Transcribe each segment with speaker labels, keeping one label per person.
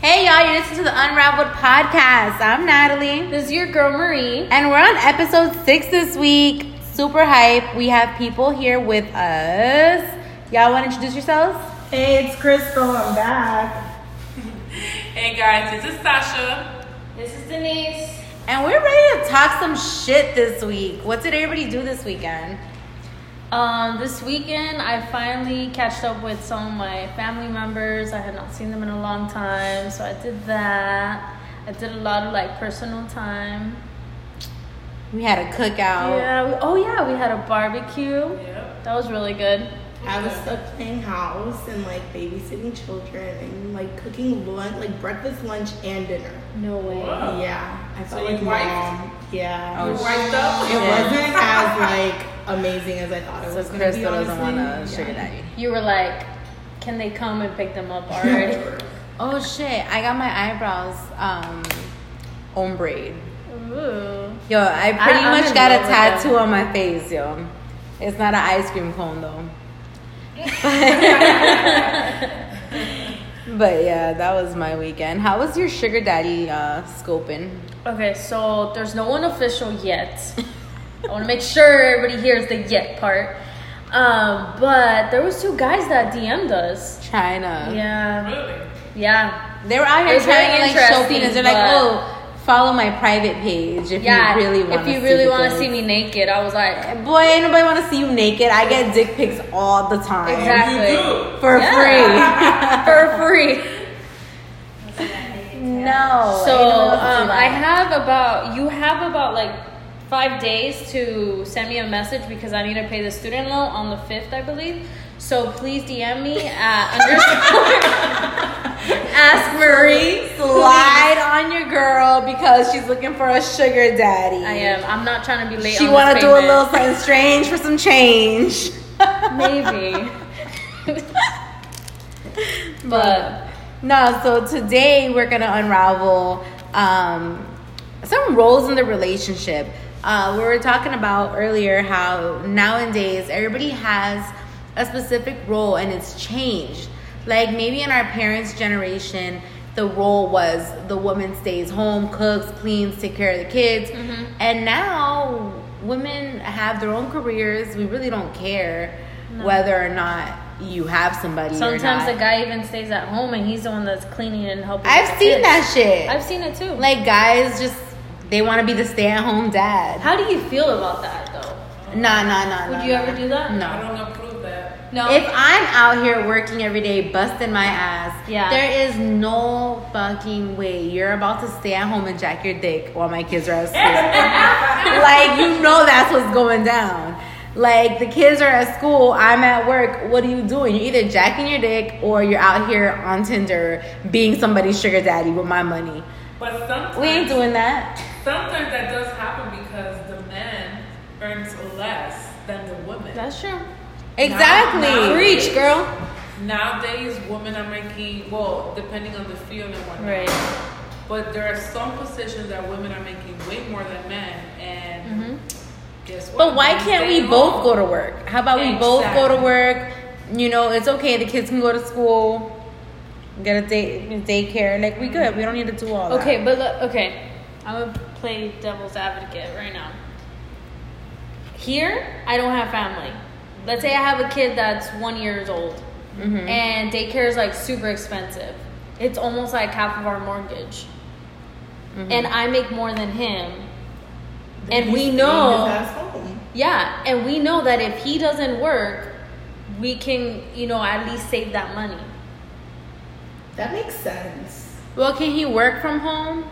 Speaker 1: Hey y'all, you're listening to the Unraveled podcast. I'm Natalie,
Speaker 2: This is your girl Marie.
Speaker 1: and we're on episode six this week. Super hype. We have people here with us. Y'all want to introduce yourselves?
Speaker 3: Hey, it's Crystal. I'm back.
Speaker 4: Hey guys, this is Sasha.
Speaker 2: This is Denise.
Speaker 1: And we're ready to talk some shit this week. What did everybody do this weekend?
Speaker 2: Um, this weekend I finally catched up with some of my family members. I had not seen them in a long time, so I did that. I did a lot of like personal time.
Speaker 1: We had a cookout.
Speaker 2: Yeah. We, oh yeah, we had a barbecue.
Speaker 4: Yep.
Speaker 2: That was really good.
Speaker 3: I was stuck playing house and like babysitting children and like cooking lunch, like breakfast, lunch, and dinner.
Speaker 2: No way.
Speaker 4: Wow.
Speaker 3: Yeah, I felt
Speaker 4: you
Speaker 3: like
Speaker 4: wiped?
Speaker 3: mom. Yeah,
Speaker 4: You wiped up.
Speaker 3: it wasn't as like amazing as I thought it
Speaker 1: So
Speaker 3: was. gonna
Speaker 1: Crystal
Speaker 3: be,
Speaker 1: doesn't want to
Speaker 3: honestly.
Speaker 1: sugar daddy.
Speaker 2: You were like, can they come and pick them up already?
Speaker 1: Oh shit! I got my eyebrows um, ombre.
Speaker 2: Ooh.
Speaker 1: Yo, I pretty
Speaker 2: I'm
Speaker 1: much
Speaker 2: in
Speaker 1: got a
Speaker 2: love with that.
Speaker 1: tattoo on my face, yo. It's not an ice cream cone though. but yeah, that was my weekend. How was your sugar daddy uh, scoping?
Speaker 2: Okay, so there's no one official yet. I want to make sure everybody hears the yet part. Um, but there was two guys that DM'd us.
Speaker 1: China.
Speaker 2: Yeah,
Speaker 4: Really?
Speaker 2: yeah,
Speaker 1: They were out here
Speaker 2: It's
Speaker 1: trying to
Speaker 2: very
Speaker 1: like show
Speaker 2: interesting,
Speaker 1: penis. They're like,
Speaker 2: but-
Speaker 1: oh, follow my private page if
Speaker 2: yeah.
Speaker 1: you really want.
Speaker 2: if you really want
Speaker 1: the
Speaker 2: to see
Speaker 1: clothes."
Speaker 2: me naked, I was like,
Speaker 1: boy, ain't nobody want to see you naked. I get dick pics all the time
Speaker 2: exactly
Speaker 4: You
Speaker 1: for
Speaker 2: for free.
Speaker 1: free. no.
Speaker 2: So
Speaker 1: ain't nobody wanna see
Speaker 2: um, I
Speaker 1: that.
Speaker 2: have about you have about like five days to send me a message because I need to pay the student loan on the fifth, I believe. So please DM me at underscore ask Marie.
Speaker 1: slide on your girl because she's looking for a sugar daddy.
Speaker 2: I am. I'm not trying to be late.
Speaker 1: She
Speaker 2: want
Speaker 1: want to do a little something strange for some change.
Speaker 2: maybe, but
Speaker 1: no, so today we're gonna unravel um, some roles in the relationship. Uh, we were talking about earlier how nowadays everybody has a specific role and it's changed. Like maybe in our parents' generation, the role was the woman stays home, cooks, cleans, take care of the kids, and now women have their own careers. We really don't care whether or not you have somebody. or
Speaker 2: sometimes
Speaker 1: not.
Speaker 2: the guy even stays at home and he's the one that's cleaning and helping. with
Speaker 1: I've
Speaker 2: the
Speaker 1: seen
Speaker 2: kids.
Speaker 1: that shit.
Speaker 2: I've seen it too.
Speaker 1: like guys just they want to be the stay-at-home dad.
Speaker 2: how do you feel about that though?
Speaker 1: Nah, nah, nah.
Speaker 2: Would
Speaker 1: nah,
Speaker 2: you
Speaker 1: nah.
Speaker 2: ever do that?
Speaker 4: I
Speaker 1: No.
Speaker 4: don't approve that.
Speaker 2: No.
Speaker 1: If I'm out here working every day, busting my ass,
Speaker 2: Yeah.
Speaker 1: there is no fucking way you're about to stay at home and jack your dick while my kids are at school. like you know that's what's going down. Like the kids are at school, I'm at work. What are you doing? You're either jacking your dick or you're out here on Tinder being somebody's sugar daddy with my money.
Speaker 4: But sometimes
Speaker 1: We ain't doing that.
Speaker 4: sometimes that does happen because the man earns less than the woman.
Speaker 2: that's true.
Speaker 1: Exactly.
Speaker 4: Nah, nah.
Speaker 2: Preach, girl.
Speaker 4: Nowadays women are making well, depending on the field and whatnot.
Speaker 2: Right.
Speaker 4: But there are some positions that women are making way more than men and guess
Speaker 1: Mm-hmm.
Speaker 4: what?
Speaker 1: But why can't we both go to work? How about we both go to
Speaker 4: Exactly.
Speaker 1: work? You know, it's okay. The kids can go to school, get a day daycare. Like we good. We don't need to do all
Speaker 2: Okay, but look, okay, I'm gonna play devil's advocate right now. Here, I don't have family. Let's say I have a kid that's one years old,
Speaker 1: Mm-hmm.
Speaker 2: and daycare is like super expensive. It's almost like half of our mortgage,
Speaker 1: Mm-hmm.
Speaker 2: and I make more than him. And we know
Speaker 3: That's home.
Speaker 2: yeah, and we know that if he doesn't work, we can, you know, at least save that money.
Speaker 3: That makes sense.
Speaker 1: that. Well, can he work from home?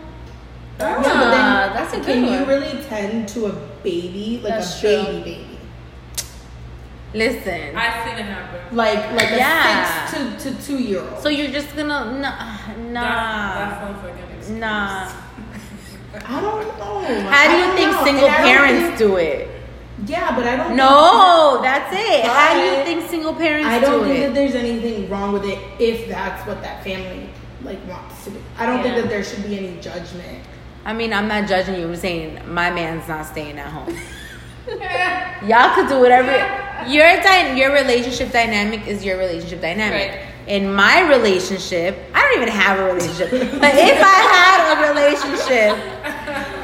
Speaker 3: Ah,
Speaker 2: that's a good
Speaker 3: Can you
Speaker 2: one.
Speaker 3: really tend to a baby like
Speaker 2: That's
Speaker 3: a
Speaker 2: true.
Speaker 3: baby baby?
Speaker 1: Listen.
Speaker 4: I've seen it happen.
Speaker 3: Like like a
Speaker 1: Yeah.
Speaker 3: six to, to two year old.
Speaker 1: so you're just gonna nah
Speaker 4: That's, that
Speaker 1: nah
Speaker 4: sounds like an excuse.
Speaker 1: nah.
Speaker 3: I don't know.
Speaker 1: How do
Speaker 3: I
Speaker 1: you
Speaker 3: don't
Speaker 1: think
Speaker 3: know.
Speaker 1: single
Speaker 3: And I don't
Speaker 1: parents do it?
Speaker 3: think- yeah, but I don't.
Speaker 1: No, that's it. How do you
Speaker 3: But
Speaker 1: think single parents
Speaker 3: I don't
Speaker 1: do
Speaker 3: think
Speaker 1: it?
Speaker 3: that there's anything wrong with it if that's what that family like wants to do. I don't think
Speaker 2: Yeah.
Speaker 3: that there should be any judgment.
Speaker 1: I mean, I'm not judging you. I'm saying my man's not staying at home. Y'all could do whatever. Your dy- your relationship dynamic is your relationship dynamic.
Speaker 2: Right.
Speaker 1: In my relationship, I don't don't even have a relationship. But if I had a relationship,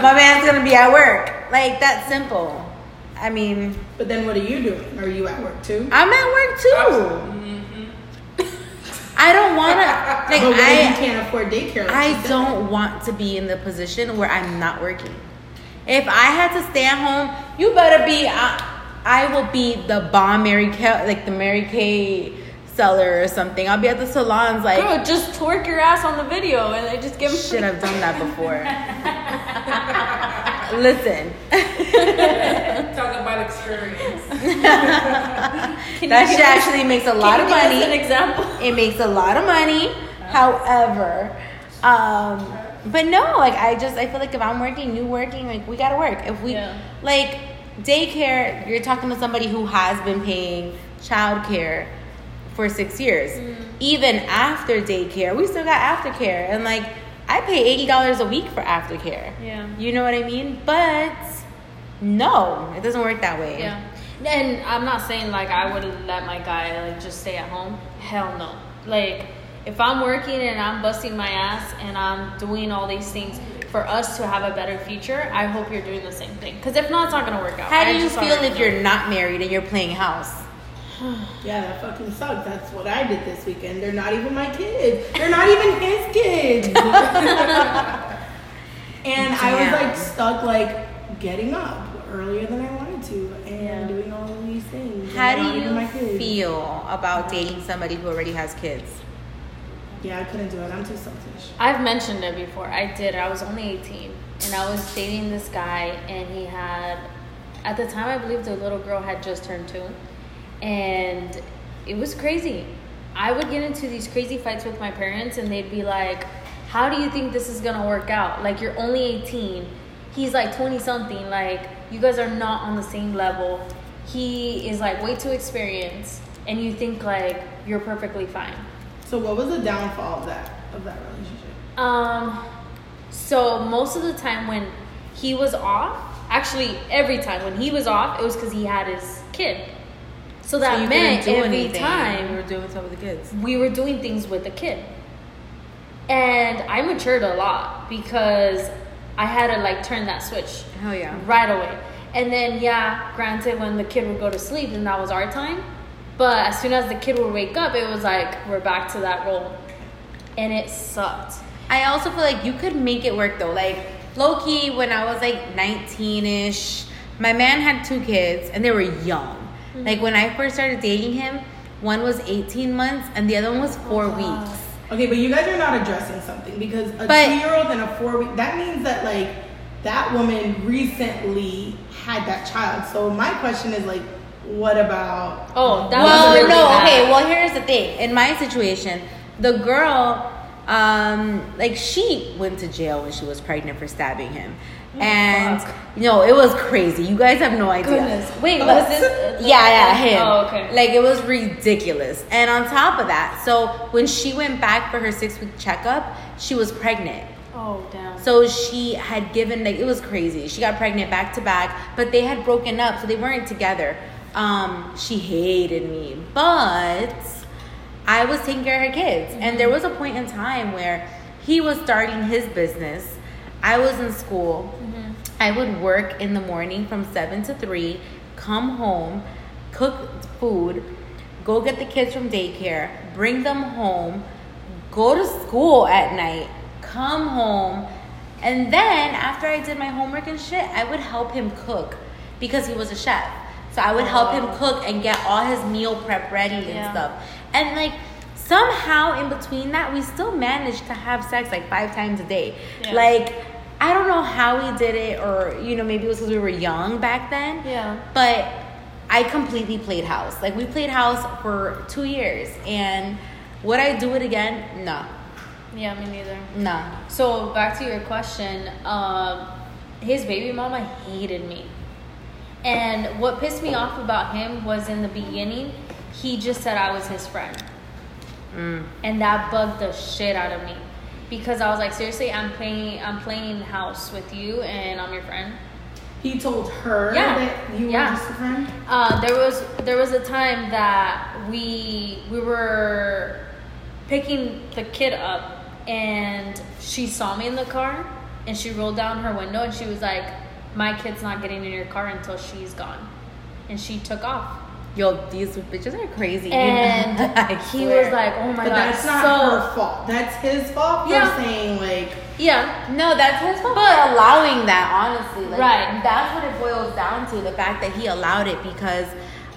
Speaker 1: my man's gonna be at work. Like that's simple. I mean,
Speaker 3: But then what are you doing? Are you at work too?
Speaker 1: I'm at work too.
Speaker 4: Mm-hmm.
Speaker 1: I don't wanna. Like
Speaker 3: but what if you
Speaker 1: I,
Speaker 3: can't afford daycare? like she
Speaker 1: I
Speaker 3: said?
Speaker 1: don't want to be in the position where I'm not working. If I had to stay at home, you better be. I, I will be the bomb Mary Kay, like the Mary Kay seller or something. I'll be at the salons like.
Speaker 2: Bro, just twerk your ass on the video and they just give him
Speaker 1: Shit, I've done that before. Listen,
Speaker 4: Talk about experience.
Speaker 2: Can you
Speaker 1: that
Speaker 2: give
Speaker 1: shit
Speaker 2: us-
Speaker 1: actually makes a
Speaker 2: can
Speaker 1: lot
Speaker 2: you
Speaker 1: of
Speaker 2: give us
Speaker 1: money.
Speaker 2: an example.
Speaker 1: It makes a lot of money. However, um, but no, like I just I feel like if I'm working, you working, like we gotta work. If we
Speaker 2: Yeah.
Speaker 1: like daycare, you're talking to somebody who has been paying childcare for six years.
Speaker 2: Mm.
Speaker 1: Even after daycare, we still got aftercare, and like I pay eighty dollars a week for aftercare.
Speaker 2: Yeah.
Speaker 1: you know what I mean. But no, it doesn't work that way.
Speaker 2: Yeah. And I'm not saying like I would let my guy like just stay at home. Hell no. Like if I'm working and I'm busting my ass and I'm doing all these things for us to have a better future, I hope you're doing the same thing. Because if not, it's not gonna work out.
Speaker 1: How
Speaker 2: I
Speaker 1: do you
Speaker 2: just
Speaker 1: feel
Speaker 2: already
Speaker 1: if
Speaker 2: know.
Speaker 1: you're not married and you're playing house?
Speaker 3: Yeah, that fucking sucks. That's what I did this weekend. They're not even my kids. They're not even his kids. and I was
Speaker 1: Damn.
Speaker 3: like stuck, like getting up earlier than I wanted to, and
Speaker 2: Yeah.
Speaker 3: doing all of these things. and
Speaker 1: How
Speaker 3: they're not
Speaker 1: do
Speaker 3: even
Speaker 1: you
Speaker 3: my kids.
Speaker 1: feel about dating somebody who already has kids?
Speaker 3: Yeah, I couldn't do it. I'm too selfish.
Speaker 2: I've mentioned it before. I did. I was only 18 and I was dating this guy and he had at the time I believe the little girl had just turned 2 and it was crazy. I would get into these crazy fights with my parents and they'd be like, "How do you think this is going to work out? Like you're only 18. He's like 20 something. Like you guys are not on the same level. He is like way too experienced and you think like you're perfectly fine."
Speaker 3: So, what was the downfall of that of that relationship?
Speaker 2: Um, so most of the time when he was off, actually every time when he was off, it was because he had his kid. So that
Speaker 1: you
Speaker 2: meant
Speaker 1: couldn't do
Speaker 2: every
Speaker 1: anything.
Speaker 2: time
Speaker 1: you were doing something with the kids.
Speaker 2: we were doing things with the kid. And I matured a lot because I had to like turn that switch
Speaker 1: Hell yeah.
Speaker 2: right away. And then, yeah, granted, when the kid would go to sleep, then that was our time. But as soon as the kid would wake up, it was like we're back to that role, and it sucked.
Speaker 1: I also feel like you could make it work though. Like low key, when I was like 19 ish, my man had two kids and they were young. Like when I first started dating him, one was 18 months and the other one was four weeks.
Speaker 3: Okay, but you guys are not addressing something because a
Speaker 1: But-
Speaker 3: two-year-old and a four-week. That means that like that woman recently had that child. So my question is like, what about?
Speaker 2: Oh, that
Speaker 1: well,
Speaker 2: was really
Speaker 1: no,
Speaker 2: bad.
Speaker 1: okay. Well, here's the thing. In my situation, the girl, um, like she went to jail when she was pregnant for stabbing him,
Speaker 2: Oh,
Speaker 1: and you know it was crazy. You guys have no idea.
Speaker 2: Goodness. Wait, was this?
Speaker 1: Yeah, yeah, him.
Speaker 2: Oh, okay.
Speaker 1: Like it was ridiculous. And on top of that, so when she went back for her six week checkup, she was pregnant.
Speaker 2: oh, damn.
Speaker 1: So she had given like it was crazy. She got pregnant back to back, but they had broken up, so they weren't together. Um, she hated me, but I was taking care of her kids, and there was a point in time where he was starting his business. I was in school. I would work in the morning from seven to three, come home, cook food, go get the kids from daycare, bring them home, go to school at night, come home, and then after I did my homework and shit, I would help him cook because he was a chef. So I would help him cook and get all his meal prep ready and
Speaker 2: Oh. Yeah.
Speaker 1: stuff. And like somehow in between that, we still managed to have sex like five times a day.
Speaker 2: Yeah.
Speaker 1: Like I don't know how we did it, or you know maybe it was because we were young back then.
Speaker 2: Yeah.
Speaker 1: But I completely played house. Like we played house for two years, and would I do it again? No,
Speaker 2: yeah, me neither.
Speaker 1: no.
Speaker 2: So back to your question, um, his baby mama hated me, and what pissed me off about him was in the beginning, he just said I was his friend,
Speaker 1: Mm.
Speaker 2: and that bugged the shit out of me, because I was like, seriously, I'm playing, I'm playing house with you, and I'm your friend.
Speaker 3: He told her
Speaker 2: Yeah.
Speaker 3: that you
Speaker 2: Yeah.
Speaker 3: were just a friend.
Speaker 2: Uh, there was there was a time that we we were picking the kid up and she saw me in the car and she rolled down her window and she was like, My kid's not getting in your car until she's gone. And she took off.
Speaker 1: Yo, these bitches are crazy.
Speaker 2: And
Speaker 1: I
Speaker 2: he
Speaker 1: swear.
Speaker 2: was like, Oh my
Speaker 3: but
Speaker 2: god,
Speaker 3: that's not
Speaker 2: so
Speaker 3: her fault. That's his fault for
Speaker 2: Yeah.
Speaker 3: saying like
Speaker 2: Yeah.
Speaker 1: No, that's his fault
Speaker 2: But-
Speaker 1: for allowing that, honestly. Like,
Speaker 2: Right.
Speaker 1: That's what it boils down to the fact that he allowed it because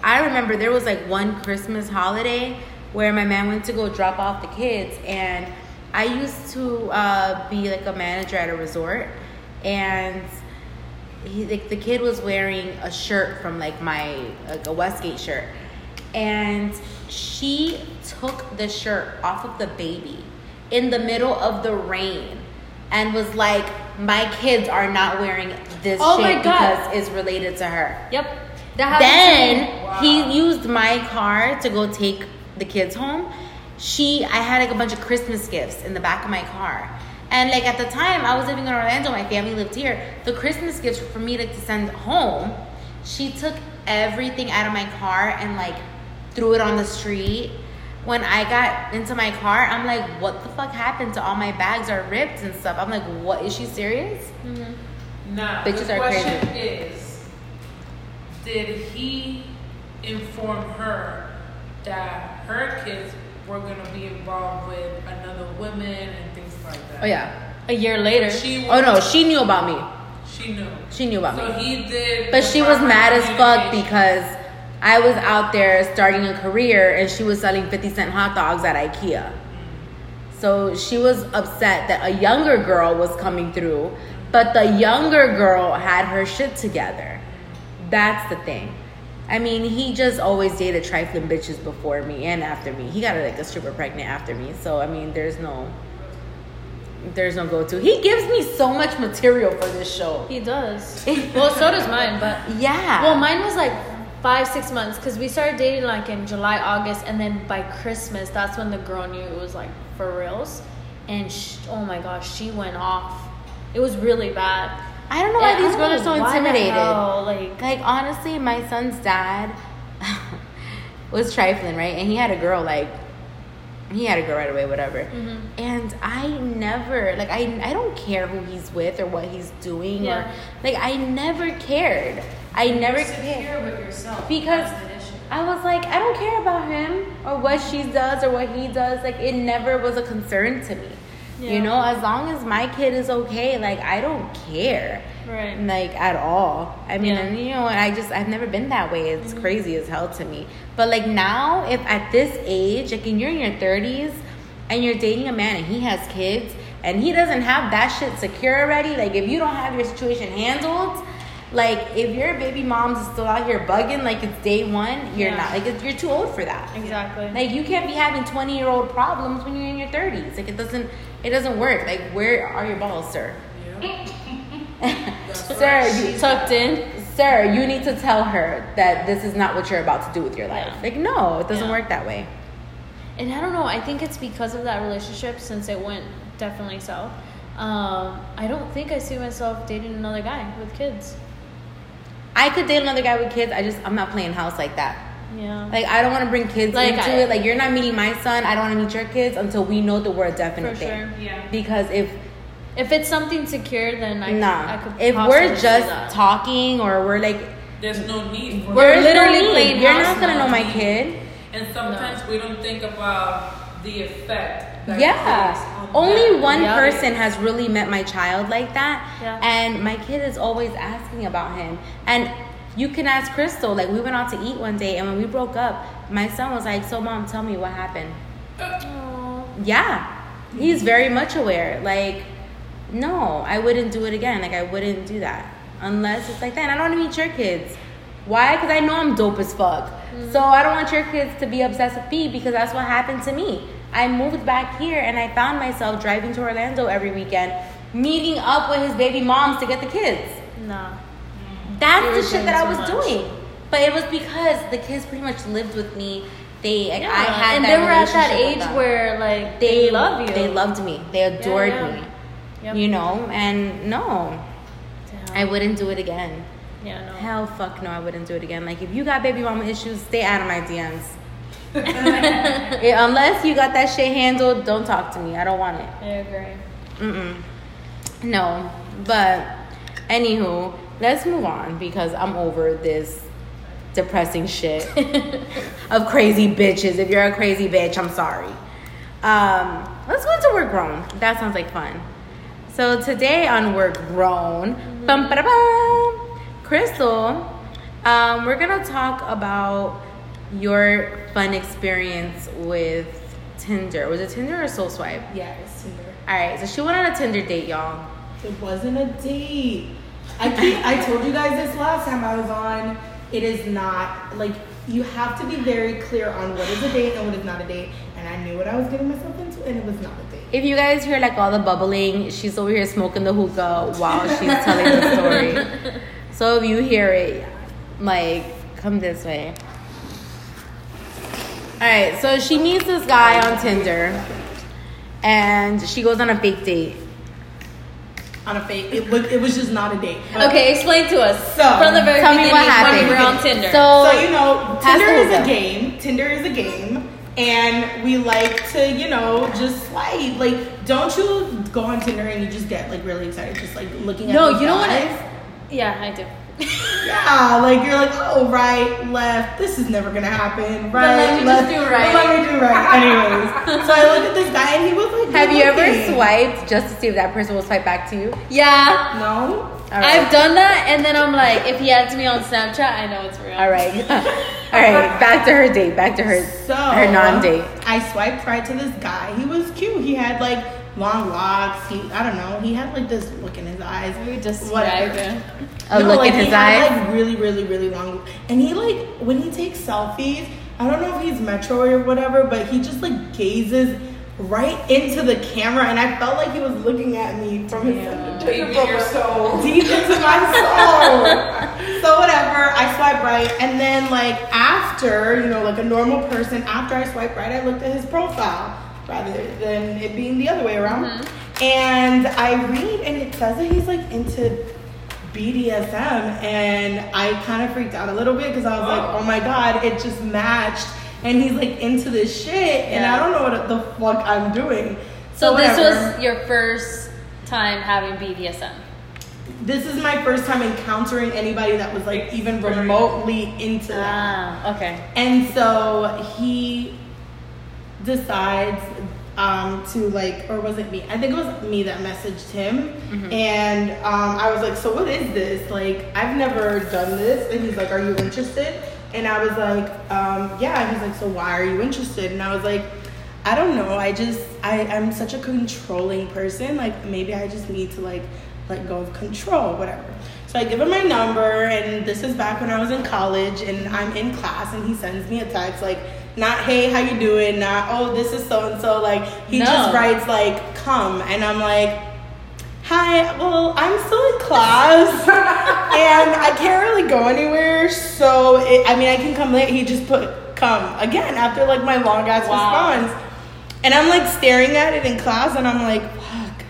Speaker 1: I remember there was like one Christmas holiday where my man went to go drop off the kids, and I used to uh, be like a manager at a resort, and he, like the kid was wearing a shirt from like my like a Westgate shirt, and she took the shirt off of the baby in the middle of the rain, and was like, "My kids are not wearing this
Speaker 2: Oh my
Speaker 1: shit
Speaker 2: God.
Speaker 1: because it's related to her."
Speaker 2: Yep. That happened. to me.
Speaker 1: Then
Speaker 4: Wow.
Speaker 1: he used my car to go take the kids home. She, I had like a bunch of Christmas gifts in the back of my car. And like at the time, I was living in Orlando, my family lived here. The Christmas gifts were for me like to send home. She took everything out of my car and like threw it on the street. When I got into my car, I'm like, what the fuck happened to all my bags are ripped and stuff. I'm like, what is she serious?
Speaker 2: Mm-hmm.
Speaker 4: Now,
Speaker 1: Bitches
Speaker 4: the
Speaker 1: are
Speaker 4: question is, did he inform her that her kids were gonna be involved with another woman and things like that?
Speaker 1: Oh yeah.
Speaker 2: a year later.
Speaker 4: She
Speaker 1: Oh no, she knew about me.
Speaker 4: she knew.
Speaker 1: She knew about me.
Speaker 4: So he did.
Speaker 1: But
Speaker 4: the
Speaker 1: she was
Speaker 4: proper
Speaker 1: mad as fuck
Speaker 4: communication.
Speaker 1: because I was out there starting a career and she was selling 50 cent hot dogs at IKEA. So she was upset that a younger girl was coming through, but the younger girl had her shit together. That's the thing. I mean, he just always dated trifling bitches before me and after me. He got like a stripper pregnant after me. So I mean, there's no there's no go to. He gives me so much material for this show.
Speaker 2: he does. well, so does mine, but
Speaker 1: Yeah.
Speaker 2: Well, mine was like five, six months because we started dating like in July, August, and then by Christmas, that's when the girl knew it was like for reals. And sh oh my gosh, she went off. It was really bad.
Speaker 1: I don't know why
Speaker 2: And I
Speaker 1: these
Speaker 2: don't
Speaker 1: girls are
Speaker 2: know
Speaker 1: so
Speaker 2: why the
Speaker 1: intimidated.
Speaker 2: hell, like,
Speaker 1: Like honestly, my son's dad was trifling, right? And he had a girl like he had a girl right away, whatever.
Speaker 2: Mm-hmm.
Speaker 1: And I never like I I don't care who he's with or what he's doing
Speaker 2: Yeah.
Speaker 1: or like I never cared. I never cared
Speaker 5: Secure with yourself.
Speaker 1: because
Speaker 5: That's the issue.
Speaker 1: I was like, I don't care about him or what she does or what he does. Like, it never was a concern to me. You
Speaker 2: Yeah.
Speaker 1: know, as long as my kid is okay, like, I don't care.
Speaker 2: Right.
Speaker 1: Like, at all. I mean,
Speaker 2: Yeah.
Speaker 1: and, you know, and I just, I've never been that way. It's crazy as hell to me. But, like, now, if at this age, like, and you're in your 30s and you're dating a man and he has kids and he doesn't have that shit secure already, like, if you don't have your situation handled, like if your baby mom's still out here bugging like it's day one, you're
Speaker 2: Yeah.
Speaker 1: not like it's, you're too old for that.
Speaker 2: Exactly.
Speaker 1: Like you can't be having twenty year old problems when you're in your thirties. Like it doesn't it doesn't work. Like where are your balls, sir?
Speaker 4: Yeah. That's
Speaker 1: sir, you,
Speaker 2: She's tucked in.
Speaker 1: sir, you need to tell her that this is not what you're about to do with your life.
Speaker 2: Yeah.
Speaker 1: Like no, it doesn't
Speaker 2: Yeah.
Speaker 1: work that way.
Speaker 2: And I don't know. I think it's because of that relationship since it went definitely south. Um, I don't think I see myself dating another guy with kids.
Speaker 1: I could date another guy with kids. I just I'm not playing house like that.
Speaker 2: Yeah.
Speaker 1: Like I don't want to bring kids
Speaker 2: Like,
Speaker 1: into
Speaker 2: I-
Speaker 1: it. Like you're not meeting my son. I don't want to meet your kids until we know that we're a definite
Speaker 2: For
Speaker 1: thing.
Speaker 2: sure.
Speaker 4: Yeah.
Speaker 1: Because if
Speaker 2: If it's something secure, then I,
Speaker 1: nah.
Speaker 2: I could.
Speaker 1: if
Speaker 2: possibly
Speaker 1: we're
Speaker 2: do that.
Speaker 1: just talking or we're like,
Speaker 4: There's no need for
Speaker 2: We're
Speaker 1: there's
Speaker 2: literally
Speaker 1: no need.
Speaker 2: playing
Speaker 1: You're
Speaker 2: house
Speaker 1: not gonna know
Speaker 2: now.
Speaker 1: my kid.
Speaker 4: And sometimes we don't think about the effect. That it takes
Speaker 1: Yeah.
Speaker 4: on
Speaker 1: Only
Speaker 4: them.
Speaker 1: one
Speaker 2: Yeah.
Speaker 1: person has really met my child like that.
Speaker 2: Yeah.
Speaker 1: And my kid is always asking about him. And you can ask Crystal. Like we went out to eat one day and when we broke up, my son was like, So mom, tell me what happened.
Speaker 2: Aw.
Speaker 1: Yeah. He's very much aware. Like, no, I wouldn't do it again. Like, I wouldn't do that. Unless it's like that. And I don't want to meet your kids. Why? Because I know I'm dope as fuck.
Speaker 2: Mm.
Speaker 1: So I don't want your kids to be obsessed with me because that's what happened to me. I moved back here and I found myself driving to Orlando every weekend, meeting up with his baby moms to get the kids.
Speaker 2: Nah.
Speaker 1: That's
Speaker 2: They
Speaker 1: the
Speaker 2: were
Speaker 1: shit
Speaker 2: doing
Speaker 1: that I
Speaker 2: so
Speaker 1: was
Speaker 2: much.
Speaker 1: doing. But it was because the kids pretty much lived with me. They, like,
Speaker 2: Yeah.
Speaker 1: I had
Speaker 2: and
Speaker 1: that
Speaker 2: they were at that
Speaker 1: relationship with
Speaker 2: age
Speaker 1: them
Speaker 2: where like
Speaker 1: they,
Speaker 2: they, love you.
Speaker 1: They loved me. They adored
Speaker 2: yeah.
Speaker 1: me.
Speaker 2: Yep. Uh-huh.
Speaker 1: You know, and no,
Speaker 2: Damn.
Speaker 1: I wouldn't do it again.
Speaker 2: yeah no.
Speaker 1: Hell, fuck no, I wouldn't do it again. Like if you got baby mama issues, stay out of my DMs. Yeah, unless you got that shit handled, don't talk to me. I don't want it.
Speaker 2: I agree.
Speaker 1: Mm-mm. No, but anywho, let's move on because I'm over this depressing shit of crazy bitches. If you're a crazy bitch, I'm sorry. Um, let's go into We're Grown. That sounds like fun. So today on We're Grown, bum, ba, da, bum, Crystal, um, we're gonna talk about your fun experience with Tinder. Was it Tinder or Soul Swipe?
Speaker 3: Yeah, it's Tinder.
Speaker 1: All right, so she went on a Tinder date, y'all.
Speaker 3: It wasn't a date. I keep, I told you guys this last time I was on. It is not like you have to be very clear on what is a date and what is not a date. And I knew what I was getting myself into, and it was not a date.
Speaker 1: If you guys hear like all the bubbling, she's over here smoking the hookah while she's telling the story. So if you hear it, like come this way. All right, so she meets this guy on Tinder, and she goes on a fake date.
Speaker 3: On a fake, it was it was just not a date. But-
Speaker 2: Okay, explain to us
Speaker 3: So,
Speaker 2: from the very
Speaker 1: tell me
Speaker 2: beginning
Speaker 1: what
Speaker 2: when
Speaker 1: happened.
Speaker 2: we were on Tinder.
Speaker 1: So,
Speaker 3: So you know,
Speaker 1: Pass
Speaker 3: Tinder
Speaker 1: the
Speaker 3: is a
Speaker 1: hookah.
Speaker 3: game. Tinder is a game, and we like to, you know, just slide. Like, don't you go on Tinder and you just get like really excited, just like looking at.
Speaker 2: no,
Speaker 3: these
Speaker 2: you know what?
Speaker 3: guys?
Speaker 2: I, yeah, I do.
Speaker 3: Yeah, like you're like, oh, right, left. This is never gonna happen. Right,
Speaker 2: let me just
Speaker 3: left.
Speaker 2: do right.
Speaker 3: Let me do right. Anyways, so I look at this guy and he was like,
Speaker 1: have you ever
Speaker 3: good-looking.
Speaker 1: swiped just to see if that person will swipe back to you?
Speaker 2: Yeah,
Speaker 3: No.
Speaker 1: All
Speaker 2: I've done that, and then I'm like, if he adds me on Snapchat, I know it's real.
Speaker 1: All right. All right. Back to her date. Back to her
Speaker 3: So
Speaker 1: her non date.
Speaker 3: I swiped right to this guy. He was cute. He had like long locks. He, I don't know. He had like this look in his eyes.
Speaker 2: We
Speaker 3: Whatever.
Speaker 2: describe it.
Speaker 1: A
Speaker 3: No,
Speaker 1: look
Speaker 3: like,
Speaker 1: in his
Speaker 3: he had,
Speaker 1: eyes.
Speaker 3: like really, really, really long. And he like when he takes selfies, I don't know if he's metro or whatever, but he just like gazes right into the camera, and I felt like he was looking at me from his
Speaker 4: Baby, you're so.
Speaker 3: deep into my soul. so whatever, I swipe right, and then like after, you know, like a normal person, after I swipe right, I looked at his profile rather than it being the other way around.
Speaker 2: Mm-hmm.
Speaker 3: And I read, and it says that he's like into BDSM, and I kind of freaked out a little bit because I was like, oh my god, it just matched. And he's like into this shit, and I
Speaker 2: Yeah.
Speaker 3: don't know what the fuck I'm doing.
Speaker 2: So this
Speaker 3: whatever.
Speaker 2: was your first time having BDSM.
Speaker 3: this is my first time encountering anybody that was like even remotely into that.
Speaker 2: Ah, okay.
Speaker 3: And so he decides um, to like, or was it me? I think it was me that messaged him. And um, I was like, so what is this? Like, I've never done this. And he's like, are you interested? And I was like, um, yeah. And he's like, so why are you interested? And I was like, I don't know. I just, I, I'm such a controlling person. Like, maybe I just need to like let go of control, whatever. So I give him my number, and this is back when I was in college, and I'm in class, and he sends me a text like, not hey, how you doing? Not oh, this is so and so. Like he
Speaker 2: No.
Speaker 3: just writes like, come, and I'm like, hi. Well, I'm still in class, and I can't really go anywhere. So it, I mean, I can come late. He just put come again after like my long ass
Speaker 2: Wow.
Speaker 3: response, and I'm like staring at it in class, and I'm like, fuck,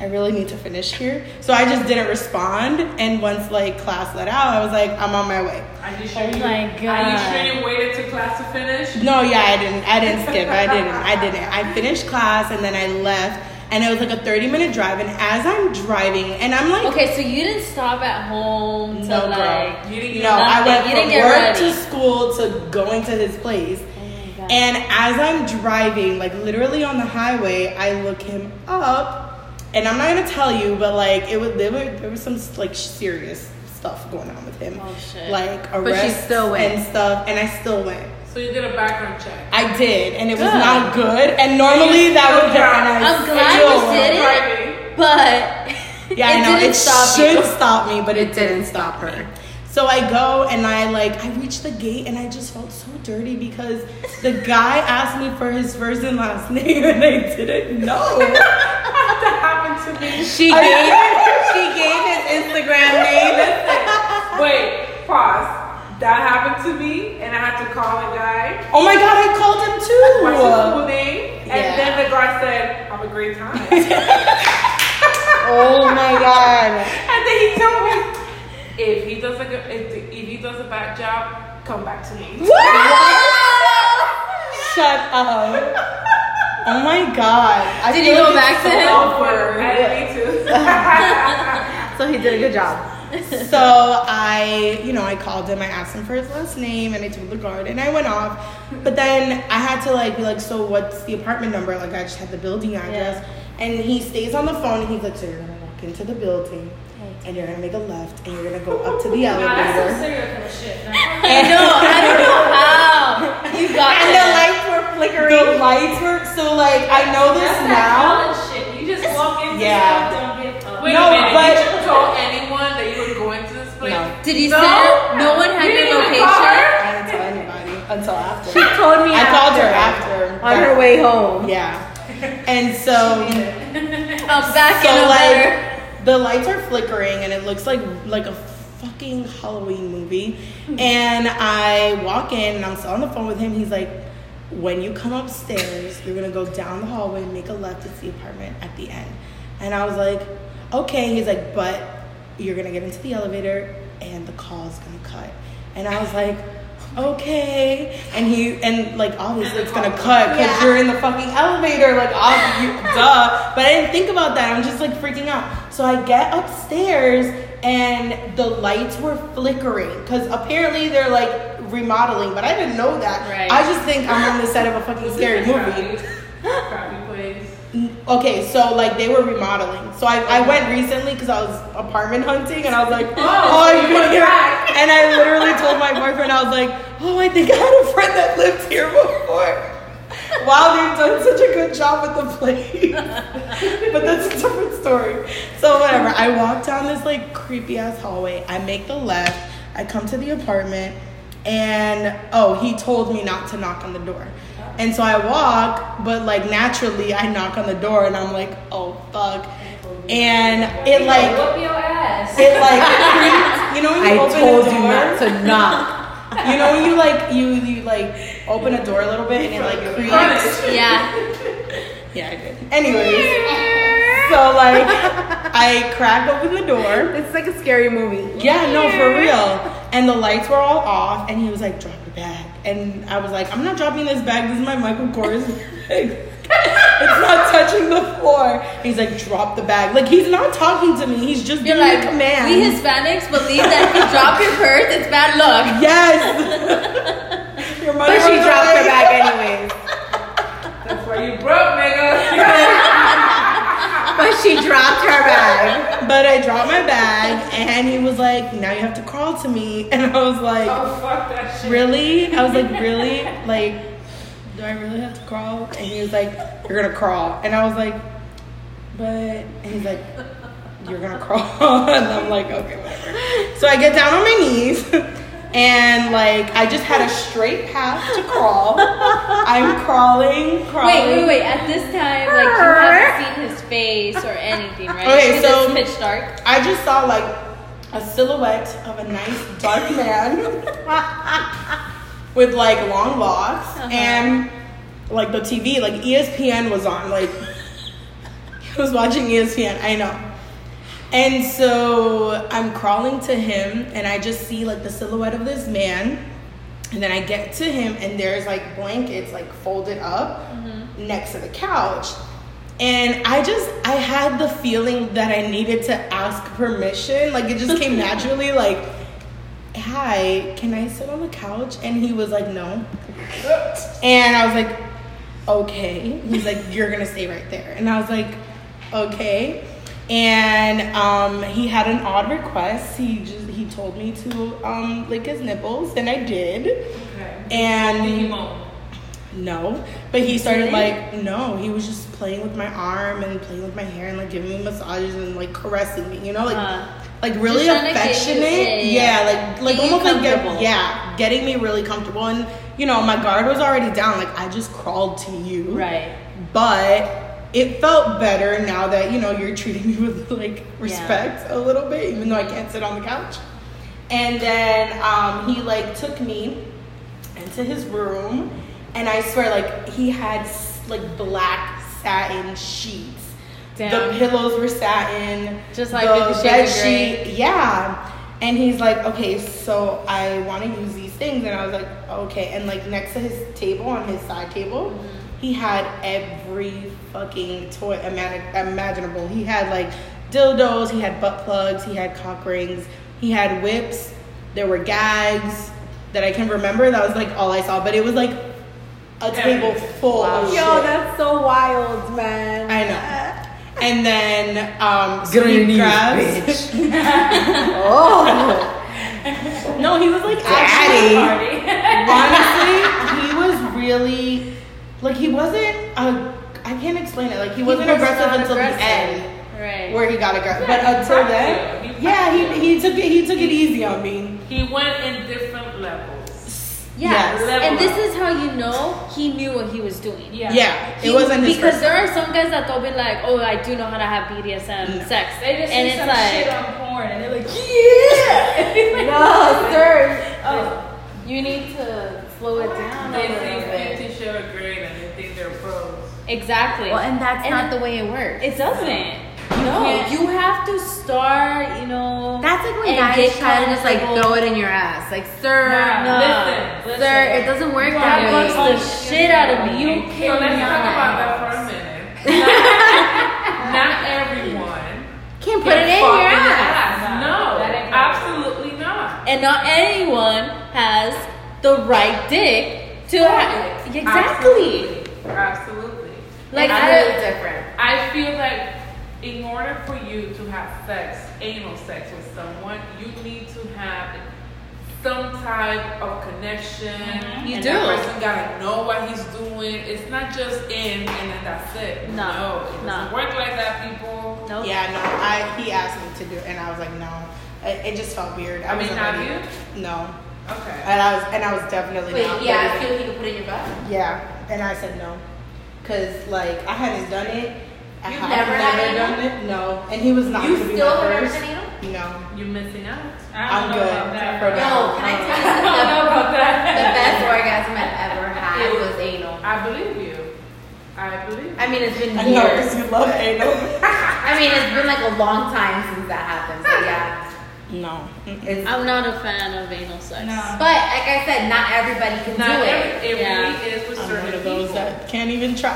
Speaker 3: I really need to finish here. So I just didn't respond, and once like class let out, I was like, I'm on my way.
Speaker 4: Are you sure
Speaker 2: Oh
Speaker 4: you,
Speaker 2: my
Speaker 4: Are you
Speaker 2: God.
Speaker 4: sure you waited till class to finish?
Speaker 3: No, yeah, I didn't. I didn't skip. I didn't. I didn't. I finished class and then I left, and it was like a thirty-minute drive. And as I'm driving, and I'm like,
Speaker 2: Okay, so you didn't stop at home to
Speaker 3: No, girl.
Speaker 2: like.
Speaker 4: You didn't get
Speaker 3: no, I
Speaker 2: nothing.
Speaker 3: went
Speaker 2: You didn't
Speaker 3: from
Speaker 2: get
Speaker 3: work to
Speaker 2: ready.
Speaker 3: school to going to his place.
Speaker 2: Oh God.
Speaker 3: And as I'm driving, like literally on the highway, I look him up, and I'm not gonna tell you, but like it was there were there was some like serious stuff going on with him,
Speaker 2: Oh, shit.
Speaker 3: like
Speaker 1: she
Speaker 3: arrests
Speaker 1: still went.
Speaker 3: and stuff, and I still went.
Speaker 4: So you did a background check.
Speaker 3: I did, and it was
Speaker 2: Good.
Speaker 3: not good. And normally that would happen.
Speaker 2: I'm glad you did
Speaker 4: Driving.
Speaker 2: it, but
Speaker 3: Yeah,
Speaker 2: it
Speaker 3: I know
Speaker 2: didn't
Speaker 3: it
Speaker 2: stop
Speaker 3: should
Speaker 2: you.
Speaker 3: stop me, but it, didn't stop her. So I go and I like I reach the gate and I just felt so dirty because the guy asked me for his first and last name and I didn't know.
Speaker 4: That happened to me.
Speaker 1: She gave she gave his Instagram name.
Speaker 4: Wait, pause. That happened to me, and I had to call the guy.
Speaker 3: oh my god, I called him
Speaker 4: What's his full
Speaker 3: too.
Speaker 4: name? And
Speaker 3: Yeah.
Speaker 4: then the guy said, "Have a great time." and
Speaker 3: Oh my god.
Speaker 4: then he told me, "If he does a good, if, if he does a bad job, come back to me."
Speaker 3: What? Shut up. Oh my god. I
Speaker 2: Did
Speaker 3: feel
Speaker 2: you go
Speaker 3: like it's
Speaker 2: back to
Speaker 3: so
Speaker 2: him?
Speaker 3: awkward.
Speaker 4: I need to.
Speaker 1: So he did a good job.
Speaker 3: so I, you know, I called him. I asked him for his last name, and I told the guard, and I went off. But then I had to like be like, so what's the apartment number? Like I just had the building address, and he stays on the phone, and he's like, so you're gonna walk into the building, and you're gonna make a left, and you're gonna go up to the
Speaker 4: Nah, that's some
Speaker 3: elevator.
Speaker 4: serial killer shit.
Speaker 2: I know. I don't know how you got
Speaker 3: And the
Speaker 2: that.
Speaker 3: lights were flickering. The lights were so like I know this
Speaker 4: That's
Speaker 3: now.
Speaker 4: that college shit. You just walk into
Speaker 3: Yeah.
Speaker 4: stuff, don't get up.
Speaker 3: Wait a No, minute, but-
Speaker 4: did you tell anyone that you were going to this place?
Speaker 3: No.
Speaker 2: Did you send? No one had
Speaker 4: You
Speaker 2: your
Speaker 4: didn't even call
Speaker 2: location.
Speaker 4: her?
Speaker 3: I didn't tell anybody until after.
Speaker 1: She told me
Speaker 3: I called her
Speaker 1: after,
Speaker 3: after
Speaker 1: on her way home.
Speaker 3: Yeah. And so.
Speaker 2: I'm back
Speaker 3: so
Speaker 2: in the
Speaker 3: like
Speaker 2: letter.
Speaker 3: the lights are flickering and it looks like like a fucking Halloween movie. And I walk in and I'm still on the phone with him. He's like, "When you come upstairs, you're gonna go down the hallway, and make a left. It's the apartment at the end." And I was like, "Okay." He's like, "But you're gonna get into the elevator and the call's gonna cut." And I was like. Okay, and he and like obviously it's gonna cut because
Speaker 1: Yeah.
Speaker 3: you're in the fucking elevator, like ob- you, duh. But I didn't think about that. I'm just like freaking out. So I get upstairs and the lights were flickering because apparently they're like remodeling, but I didn't know that.
Speaker 2: Right.
Speaker 3: I just think I'm on the set of a fucking scary movie.
Speaker 4: Crappy place.
Speaker 3: Okay, so like they were remodeling. So I, I went recently because I was apartment hunting and I was like, oh, you're gonna get And I literally told my boyfriend, I was like, oh, I think I had a friend that lived here before. Wow, they've done such a good job at the place. but that's a different story. So whatever. I walk down this like creepy ass hallway. I make the left. I come to the apartment, and oh, he told me not to knock on the door. And so I walk, but like naturally, I knock on the door, and I'm like, oh fuck. And it like
Speaker 2: Whoop your ass.
Speaker 3: it like creeps. You know when you
Speaker 1: I
Speaker 3: open
Speaker 1: told
Speaker 3: a
Speaker 1: you
Speaker 3: door.
Speaker 1: not to knock.
Speaker 3: You know when you like you you like open a door a little bit and it like creaks.
Speaker 2: Yeah.
Speaker 3: Yeah, I did. Anyways, so like I cracked open the door.
Speaker 1: It's like a scary movie.
Speaker 3: Yeah, no, for real. And the lights were all off, and he was like, "Drop the bag," and I was like, "I'm not dropping this bag. This is my Michael Kors bag. it's not touching the floor." He's like, "Drop the bag." Like he's not talking to me. He's just
Speaker 2: You're
Speaker 3: giving
Speaker 2: like,
Speaker 3: me command.
Speaker 2: we Hispanics believe that if you drop your purse, it's bad luck.
Speaker 3: yes. Your mother
Speaker 1: But she
Speaker 3: was
Speaker 1: dropped her
Speaker 3: like-
Speaker 1: bag anyways.
Speaker 4: That's why you broke, nigga.
Speaker 1: But she dropped her bag.
Speaker 3: But I dropped my bag, and he was like, "Now you have to crawl to me," and I was like.
Speaker 4: oh, fuck that shit.
Speaker 3: really? I was like, really? Like, do I really have to crawl? And he was like, you're gonna crawl. And I was like, but, and he's like, you're gonna crawl. And I'm like, okay, whatever. So I get down on my knees. And like I just had a straight path to crawl. I'm crawling, crawling.
Speaker 2: Wait, wait, wait. At this time, like, you haven't seen his face or anything, right?
Speaker 3: Okay,
Speaker 2: 'Cause
Speaker 3: so-
Speaker 2: It's pitch dark.
Speaker 3: I just saw like a silhouette of a nice dark man with like long locks and like the TV, like E ESPN was on. Like he was watching E ESPN. I know. And so I'm crawling to him and I just see like the silhouette of this man. And then I get to him and there's like blankets like folded up next to the couch. And I just I had the feeling that I needed to ask permission. Like it just came naturally like hi, can I sit on the couch? And he was like, no. And I was like, okay. He's like, you're gonna stay right there. And I was like, okay. And um, he had an odd request. He just he told me to um, lick his nipples, and I did.
Speaker 4: Okay. Did he
Speaker 3: And
Speaker 4: moan?
Speaker 3: no, but he started like no. He was just playing with my arm and playing with my hair and like giving me massages and like caressing me. You know, like
Speaker 2: Uh,
Speaker 3: like really
Speaker 2: trying to get you- yeah, yeah,
Speaker 3: affectionate.
Speaker 2: yeah.
Speaker 3: yeah, like like
Speaker 2: Get you
Speaker 3: almost like get,
Speaker 2: comfortable.
Speaker 3: yeah, getting me really comfortable. And you know, my guard was already down. Like I just crawled to you,
Speaker 2: Right.
Speaker 3: but it felt better now that you know you're treating me with like respect a little bit even though i can't sit on the couch and then um, he like took me into his room and i swear like he had s- like black satin sheets the
Speaker 2: Damn.
Speaker 3: pillows were satin
Speaker 2: Just like
Speaker 3: the
Speaker 2: Fifty Shades of
Speaker 3: yeah and he's like okay so i want to use these things, and I was like, okay. And like next to his table, on his side table,
Speaker 2: Mm-hmm.
Speaker 3: he had every fucking toy imag- imaginable. He had like dildos, he had butt plugs, he had cock rings, he had whips. There were gags that I can remember. That was like all I saw, but it was like a table full of Oh, shit.
Speaker 1: Yo, that's so wild, man.
Speaker 3: I know. And then um,
Speaker 5: Get on your
Speaker 3: sweet
Speaker 5: knees,
Speaker 3: grabs.
Speaker 5: bitch.
Speaker 1: Oh,
Speaker 3: No, he was like actually
Speaker 2: Party.
Speaker 3: honestly, he was really like he wasn't. A, I can't explain it. Like he wasn't
Speaker 2: was
Speaker 3: aggressive
Speaker 2: not
Speaker 3: until
Speaker 2: aggressive.
Speaker 3: the end,
Speaker 2: right.
Speaker 3: where he got aggressive.
Speaker 4: Yeah, he
Speaker 3: but until
Speaker 4: prepped
Speaker 3: then,
Speaker 4: you. He
Speaker 3: yeah,
Speaker 4: prepped
Speaker 3: he, he took it. He took it easy on me.
Speaker 4: He went in different levels.
Speaker 2: Yeah.
Speaker 3: Yes.
Speaker 2: And
Speaker 4: Level
Speaker 2: this
Speaker 4: up.
Speaker 2: is how you know he knew what he was doing.
Speaker 4: Yeah.
Speaker 3: Yeah, it wasn't his
Speaker 2: because
Speaker 3: first-
Speaker 2: there are some guys that they'll be like, "Oh, I do know how to have BDSM
Speaker 3: No.
Speaker 2: sex,"
Speaker 6: They just
Speaker 2: and
Speaker 6: see
Speaker 2: it's
Speaker 6: some
Speaker 2: like,
Speaker 6: shit on porn and they're like,
Speaker 1: no, sir.
Speaker 6: oh,
Speaker 1: You need to slow it down a
Speaker 4: They
Speaker 1: little
Speaker 4: think
Speaker 1: bit.
Speaker 4: Fifty Shades of Grey and they think they're pros.
Speaker 2: exactly.
Speaker 1: Well, and that's
Speaker 2: And
Speaker 1: not the way it works.
Speaker 2: it doesn't. No,
Speaker 1: can't-
Speaker 2: you have to start. You know,
Speaker 1: That's like when
Speaker 2: and
Speaker 1: guys
Speaker 2: get
Speaker 1: try to just like
Speaker 2: comfortable.
Speaker 1: throw it in your ass, like, sir,
Speaker 4: Nah,
Speaker 1: sir,
Speaker 4: listen, listen.
Speaker 1: it doesn't work
Speaker 2: That
Speaker 1: that
Speaker 2: bugs
Speaker 1: way.
Speaker 2: the shit out of me.
Speaker 4: So
Speaker 2: You
Speaker 4: let's talk about
Speaker 2: cannot.
Speaker 4: that for a minute. Not everyone.
Speaker 1: Can't put it in your ass.
Speaker 4: No,
Speaker 6: That ain't
Speaker 4: absolutely not.
Speaker 2: And not anyone has the right dick to have. Exactly.
Speaker 4: Absolutely. Absolutely.
Speaker 2: Like
Speaker 1: It's
Speaker 2: I-
Speaker 1: really different.
Speaker 4: I feel like in order for you to have sex, anal sex with someone, you need to have some type of connection.
Speaker 2: Mm-hmm.
Speaker 1: You
Speaker 4: and
Speaker 1: do.
Speaker 4: That person gotta know what he's doing. It's not just in and then that's it.
Speaker 2: No,
Speaker 4: it doesn't
Speaker 2: no.
Speaker 4: work like that, people.
Speaker 2: No.
Speaker 3: Yeah, no. I he asked me to do it, and I was like, no. It, it just felt weird. I,
Speaker 4: I mean,
Speaker 3: wasn't
Speaker 4: not
Speaker 3: ready. No,
Speaker 4: Okay.
Speaker 3: and I was and I was definitely not ready.
Speaker 1: feel he could put it in your butt.
Speaker 3: Yeah, and I said no, cause like I hadn't done it. I
Speaker 1: You've
Speaker 3: had
Speaker 1: never had anal?
Speaker 3: done it. No, and he was not.
Speaker 1: You
Speaker 3: gonna be
Speaker 1: still
Speaker 3: my
Speaker 1: have never
Speaker 3: first.
Speaker 1: done anal?
Speaker 3: No,
Speaker 4: You're missing out.
Speaker 6: I don't
Speaker 3: I'm
Speaker 6: know
Speaker 3: good.
Speaker 6: about that.
Speaker 3: for
Speaker 1: No,
Speaker 3: now.
Speaker 1: can I tell you
Speaker 4: I don't know
Speaker 1: something?
Speaker 4: about
Speaker 1: the
Speaker 4: that.
Speaker 1: best orgasm I've ever had was anal.
Speaker 4: I believe you. I believe you.
Speaker 1: I mean, it's been
Speaker 3: I know because
Speaker 1: years.
Speaker 3: you love anal.
Speaker 1: I mean, it's been like a long time since that happened. But yeah,
Speaker 3: no,
Speaker 1: it's,
Speaker 2: I'm not a fan of anal sex.
Speaker 6: No.
Speaker 1: but like I said, not everybody can
Speaker 4: not
Speaker 1: do it.
Speaker 4: every, it really is
Speaker 3: I'm
Speaker 4: for
Speaker 3: one
Speaker 4: certain
Speaker 3: of
Speaker 4: people.
Speaker 3: those that can't even try.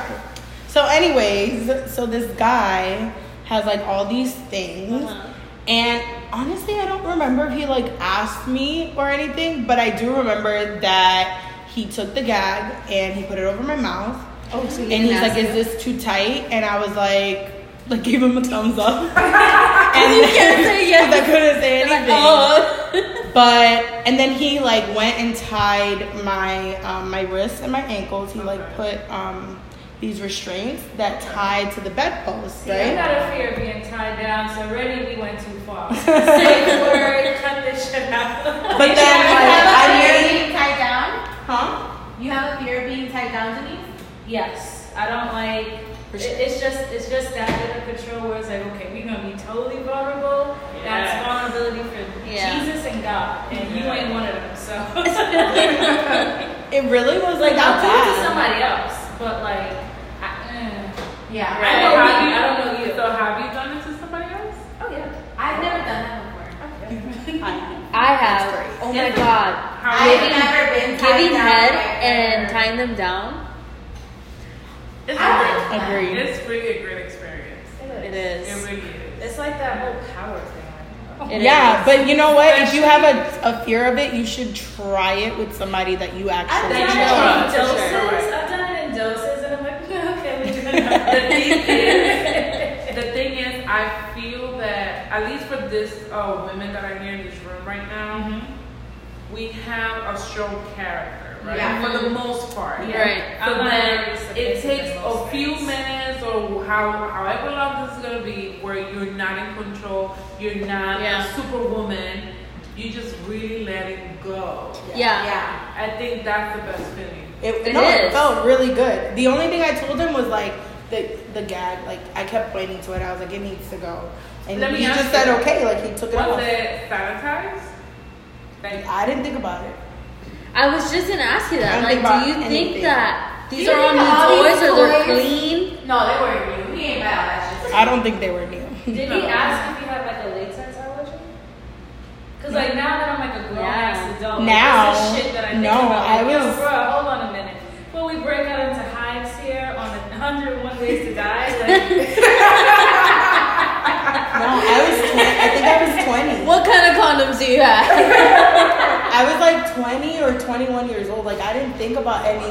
Speaker 3: So, anyways, so this guy has like all these things,
Speaker 2: Uh-huh.
Speaker 3: and honestly, I don't remember if he like asked me or anything, but I do remember that he took the gag and he put it over my mouth.
Speaker 1: Oh, so you
Speaker 3: And
Speaker 1: didn't
Speaker 3: he's like,
Speaker 1: ask
Speaker 3: "Is
Speaker 1: him?
Speaker 3: this too tight?" And I was like, like gave him a thumbs up. and
Speaker 2: You can't say yes.
Speaker 3: I couldn't say
Speaker 2: You're like,
Speaker 3: anything.
Speaker 2: oh.
Speaker 3: But and then he like went and tied my um, my wrists and my ankles. He like put um, these restraints that tied to the bedpost,
Speaker 6: See, I
Speaker 3: right?
Speaker 6: got a fear of being tied down, so already we went too far. Say word, cut this shit out.
Speaker 3: But then like I
Speaker 1: of
Speaker 3: made,
Speaker 1: being tied down?
Speaker 3: huh?
Speaker 1: You have a fear of being tied down, Denise?
Speaker 6: Yes, I don't like. It, it's just it's just that bit of control where it's like, okay, we're gonna be totally vulnerable.
Speaker 4: Yes.
Speaker 6: That's vulnerability for
Speaker 2: Yeah.
Speaker 6: Jesus and God, and you
Speaker 4: Yeah.
Speaker 6: ain't one of them. So
Speaker 3: It really was
Speaker 6: like,
Speaker 3: like
Speaker 6: I'll
Speaker 3: not
Speaker 6: do it to
Speaker 3: bad.
Speaker 6: somebody else, but like, I, eh.
Speaker 1: Yeah.
Speaker 6: Right.
Speaker 4: I
Speaker 6: don't know
Speaker 4: have
Speaker 6: you.
Speaker 4: you-
Speaker 6: I don't know you.
Speaker 4: So have you done it to somebody else?
Speaker 6: oh yeah.
Speaker 1: I've never done that before.
Speaker 2: I have. Oh my god.
Speaker 4: How
Speaker 1: I've never been tied
Speaker 2: Giving
Speaker 1: down.
Speaker 2: head
Speaker 1: like-
Speaker 2: and tying them down.
Speaker 4: It's,
Speaker 1: I
Speaker 4: a
Speaker 1: like that.
Speaker 3: Agreed.
Speaker 4: great, it's really a great experience.
Speaker 2: It
Speaker 4: It
Speaker 2: is.
Speaker 4: really is.
Speaker 6: It's like that whole power thing. Like,
Speaker 2: It
Speaker 3: yeah,
Speaker 2: is.
Speaker 3: but you know what? If you have a, a fear of it, you should try it with somebody that you
Speaker 6: I've
Speaker 3: actually
Speaker 6: done
Speaker 3: trust.
Speaker 6: it in
Speaker 4: Sure.
Speaker 6: doses.
Speaker 4: Sure.
Speaker 6: I've done it in doses, and I'm like, yeah, okay, we can
Speaker 4: the thing is, the thing is, I feel that at least for this uh, women that are here in this room right now,
Speaker 6: Mm-hmm.
Speaker 4: we have a strong character, right?
Speaker 1: Yeah.
Speaker 4: For the most part.
Speaker 6: Yeah.
Speaker 2: Right.
Speaker 4: So
Speaker 6: I'm
Speaker 4: then
Speaker 6: not
Speaker 4: it
Speaker 6: reciprocating
Speaker 4: takes
Speaker 6: those
Speaker 4: a few
Speaker 6: things.
Speaker 4: minutes or how however long this is gonna be where you're not in control, you're not
Speaker 2: Yeah.
Speaker 4: a superwoman, you just really let it go.
Speaker 2: Yeah.
Speaker 1: Yeah.
Speaker 4: I think that's the best feeling.
Speaker 3: It,
Speaker 2: It
Speaker 3: no, it
Speaker 2: is.
Speaker 3: felt really good. The only thing I told him was like the the gag. Like I kept pointing to it. I was like, it needs to go. And
Speaker 4: Let me
Speaker 3: he
Speaker 4: ask
Speaker 3: just said
Speaker 4: you.
Speaker 3: okay. Like he took it
Speaker 4: Was
Speaker 3: off.
Speaker 4: it sanitized? Like
Speaker 3: I didn't think about it.
Speaker 2: I was just gonna ask you
Speaker 3: I
Speaker 2: that.
Speaker 3: don't
Speaker 2: Like,
Speaker 3: think
Speaker 2: do you
Speaker 3: about
Speaker 2: think
Speaker 3: anything.
Speaker 2: that
Speaker 1: Do
Speaker 2: these
Speaker 1: you
Speaker 2: are all
Speaker 1: think
Speaker 2: new
Speaker 1: all these
Speaker 2: toys or they're
Speaker 1: toys-
Speaker 2: clean?
Speaker 1: No, they weren't new. We ain't about that shit.
Speaker 3: I don't think they were new.
Speaker 6: Did he ask if you had like a latex allergy? Cause like now that I'm like a grown ass adult.
Speaker 3: Now,
Speaker 6: This is shit that I think
Speaker 3: no,
Speaker 6: about.
Speaker 3: I
Speaker 6: Like,
Speaker 3: was-
Speaker 6: Bruh, hold on a minute. Will we break out into hives here on the 101 ways to die? Like,
Speaker 3: No, I was. 20, I think I was twenty.
Speaker 2: What kind of condoms do you have?
Speaker 3: I was like twenty or twenty-one years old. Like I didn't think about any.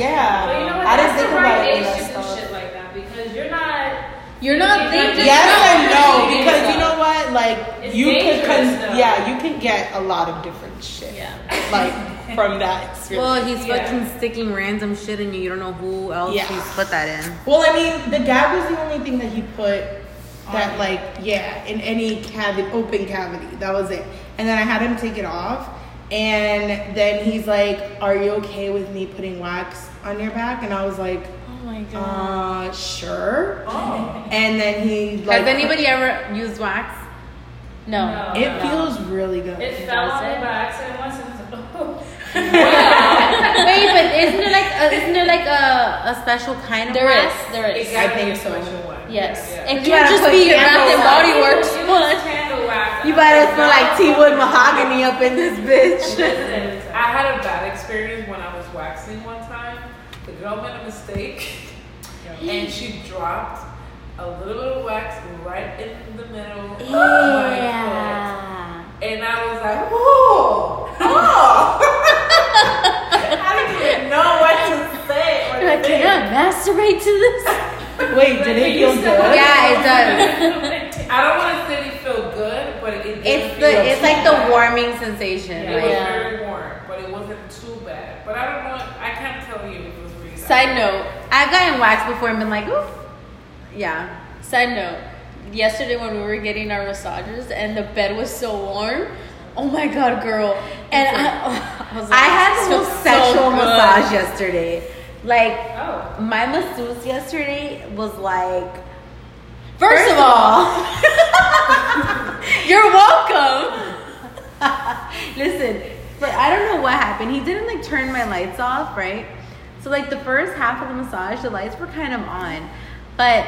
Speaker 3: Yeah,
Speaker 6: but you know what?
Speaker 3: I didn't
Speaker 6: That's
Speaker 3: think
Speaker 6: the
Speaker 3: about
Speaker 6: right
Speaker 3: any
Speaker 6: age
Speaker 3: of
Speaker 6: to
Speaker 3: that
Speaker 6: do
Speaker 3: stuff.
Speaker 6: shit like that because you're not.
Speaker 2: You're not
Speaker 6: You're not
Speaker 2: thinking.
Speaker 6: thinking.
Speaker 3: Yes and no,
Speaker 6: It's
Speaker 3: because you
Speaker 6: dangerous.
Speaker 3: know what? Like
Speaker 6: It's
Speaker 3: you could,
Speaker 6: dangerous,
Speaker 3: con-
Speaker 6: though.
Speaker 3: yeah, you can get a lot of different shit.
Speaker 2: Yeah.
Speaker 3: Like from that experience.
Speaker 1: Well, he's
Speaker 6: Yeah.
Speaker 1: fucking sticking random shit in you. You don't know who else
Speaker 3: Yeah.
Speaker 1: he's put that in.
Speaker 3: Well, I mean, the gap was the only thing that he put that, like, yeah, in any cavity, open cavity. That was it. And then I had him take it off. And then he's like, Are you okay with me putting wax on your back? And I was like,
Speaker 2: Oh my god.
Speaker 3: Uh, sure. And then he, like,
Speaker 1: Has anybody ever used wax?
Speaker 2: No.
Speaker 6: No.
Speaker 3: it feels really good.
Speaker 6: It fell on me by accident once and it was like,
Speaker 1: Wait, but isn't it like
Speaker 2: uh,
Speaker 1: a, isn't it like a, a special kind of
Speaker 2: There
Speaker 1: wax?
Speaker 2: is. There is.
Speaker 3: I think so.
Speaker 2: Yes. It
Speaker 1: You gotta
Speaker 2: can't just
Speaker 1: put
Speaker 2: be your
Speaker 1: candles
Speaker 2: Bath and
Speaker 1: on.
Speaker 2: Body Works
Speaker 6: It was
Speaker 2: one.
Speaker 6: candle wax.
Speaker 1: You better smell like tea wood mahogany up in this bitch.
Speaker 6: Listen,
Speaker 4: I had a bad experience when I was waxing one time. The girl made a mistake and she dropped a little wax right in the middle of my foot. And I was like, whoa!
Speaker 6: I didn't even know what to say. Or
Speaker 2: You're like,
Speaker 6: to
Speaker 2: can I masturbate to this?
Speaker 3: Wait, did it feel good?
Speaker 1: Yeah, it does.
Speaker 4: I don't want to say it feel good, but it did
Speaker 1: It's
Speaker 4: feel
Speaker 1: the it's like the warming sensation.
Speaker 4: It
Speaker 1: Like,
Speaker 4: was
Speaker 2: Yeah.
Speaker 4: very warm, but it wasn't too bad. But I don't know. I can't tell you if it was really
Speaker 2: Side note.
Speaker 1: I've gotten wax before and been like, oof. Yeah.
Speaker 2: Side note. Yesterday when we were getting our massages and the bed was so warm. Oh my god, girl. And I, I was like,
Speaker 1: I had the
Speaker 2: so,
Speaker 1: most sexual
Speaker 2: so good.
Speaker 1: massage yesterday. Like
Speaker 6: Oh.
Speaker 1: my masseuse yesterday was like
Speaker 2: First, of all, you're welcome.
Speaker 1: Listen, but I don't know what happened. He didn't like turn my lights off, right? So like the first half of the massage, the lights were kind of on, but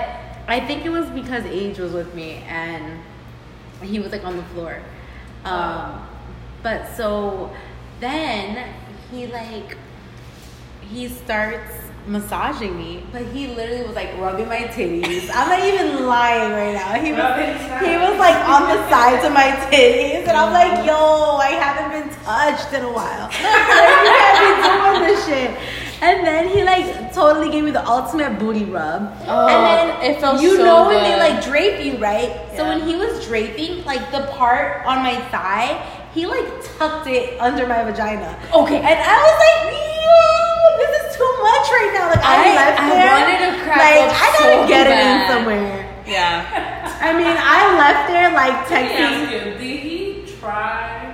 Speaker 1: I think it was because Age was with me and he was like on the floor. Um,
Speaker 2: Oh.
Speaker 1: but so then he like he starts massaging me, but he literally was like rubbing my titties. I'm not even lying right now. He
Speaker 6: Rubbing
Speaker 1: was
Speaker 6: his
Speaker 1: he was like on the sides of my titties, and I'm like, yo, I haven't been touched in a while. like, you can't be doing this shit. And then he like totally gave me the ultimate booty rub. and then
Speaker 2: Oh, it felt
Speaker 1: you
Speaker 2: so
Speaker 1: know when they
Speaker 2: good.
Speaker 1: like drape you, right? So
Speaker 2: Yeah.
Speaker 1: when he was draping, like the part on my thigh, he like tucked it under my vagina.
Speaker 2: Okay.
Speaker 1: And I was like, "Ew, this is too much right now. Like I,
Speaker 2: I-
Speaker 1: left
Speaker 2: I
Speaker 1: there.
Speaker 2: wanted to crack
Speaker 1: like
Speaker 2: up
Speaker 1: I gotta
Speaker 2: so
Speaker 1: get it in
Speaker 2: bad.
Speaker 1: somewhere.
Speaker 2: Yeah.
Speaker 1: I mean, I left there like
Speaker 4: Let me ask
Speaker 1: texting.
Speaker 4: you, did he try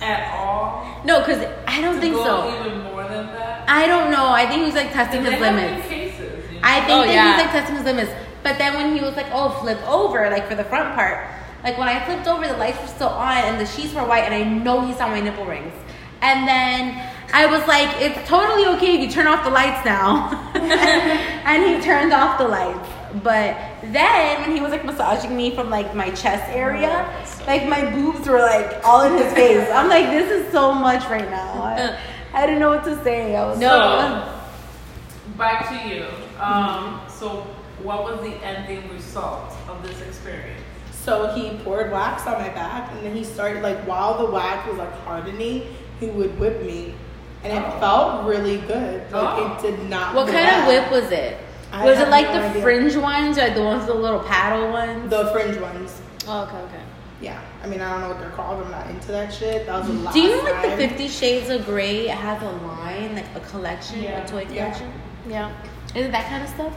Speaker 4: at all?
Speaker 1: No, because I don't
Speaker 4: to
Speaker 1: think
Speaker 4: go
Speaker 1: so.
Speaker 4: Even more than that.
Speaker 1: I don't know. I think he was like testing
Speaker 4: Did they
Speaker 1: his
Speaker 4: have
Speaker 1: limits.
Speaker 4: any cases? you know?
Speaker 1: I think
Speaker 2: Oh,
Speaker 1: that
Speaker 2: yeah.
Speaker 1: he's like testing his limits. But then when he was like, oh, flip over, like for the front part, like when I flipped over, the lights were still on and the sheets were white, and I know he saw my nipple rings. And then I was like, it's totally okay if you turn off the lights now. and he turned off the lights. But then when he was like massaging me from like my chest area, like my boobs were like all in his face. I'm like, this is so much right now. I, I didn't know what to say. I was
Speaker 2: No.
Speaker 1: so-
Speaker 4: Back to you.
Speaker 1: Mm-hmm.
Speaker 4: Um, So, what was the ending result of this experience?
Speaker 3: So he poured wax on my back, and then he started like while the wax was like hardening, he would whip me, and it felt really good. Like
Speaker 4: Oh.
Speaker 3: it did not.
Speaker 1: What
Speaker 3: feel
Speaker 1: kind of
Speaker 3: bad.
Speaker 1: whip was it?
Speaker 3: I
Speaker 1: was
Speaker 3: have
Speaker 1: it like
Speaker 3: no
Speaker 1: the
Speaker 3: idea.
Speaker 1: fringe ones or the ones with the little paddle ones?
Speaker 3: The fringe ones.
Speaker 2: Oh, okay, okay.
Speaker 3: Yeah, I mean I don't know what they're called. I'm not into that shit. That was a lot.
Speaker 1: Do you know like the Fifty Shades of Grey has a line, like a collection,
Speaker 6: Yeah.
Speaker 1: a toy
Speaker 3: Yeah.
Speaker 1: collection?
Speaker 2: Yeah.
Speaker 1: Is it that kind of stuff?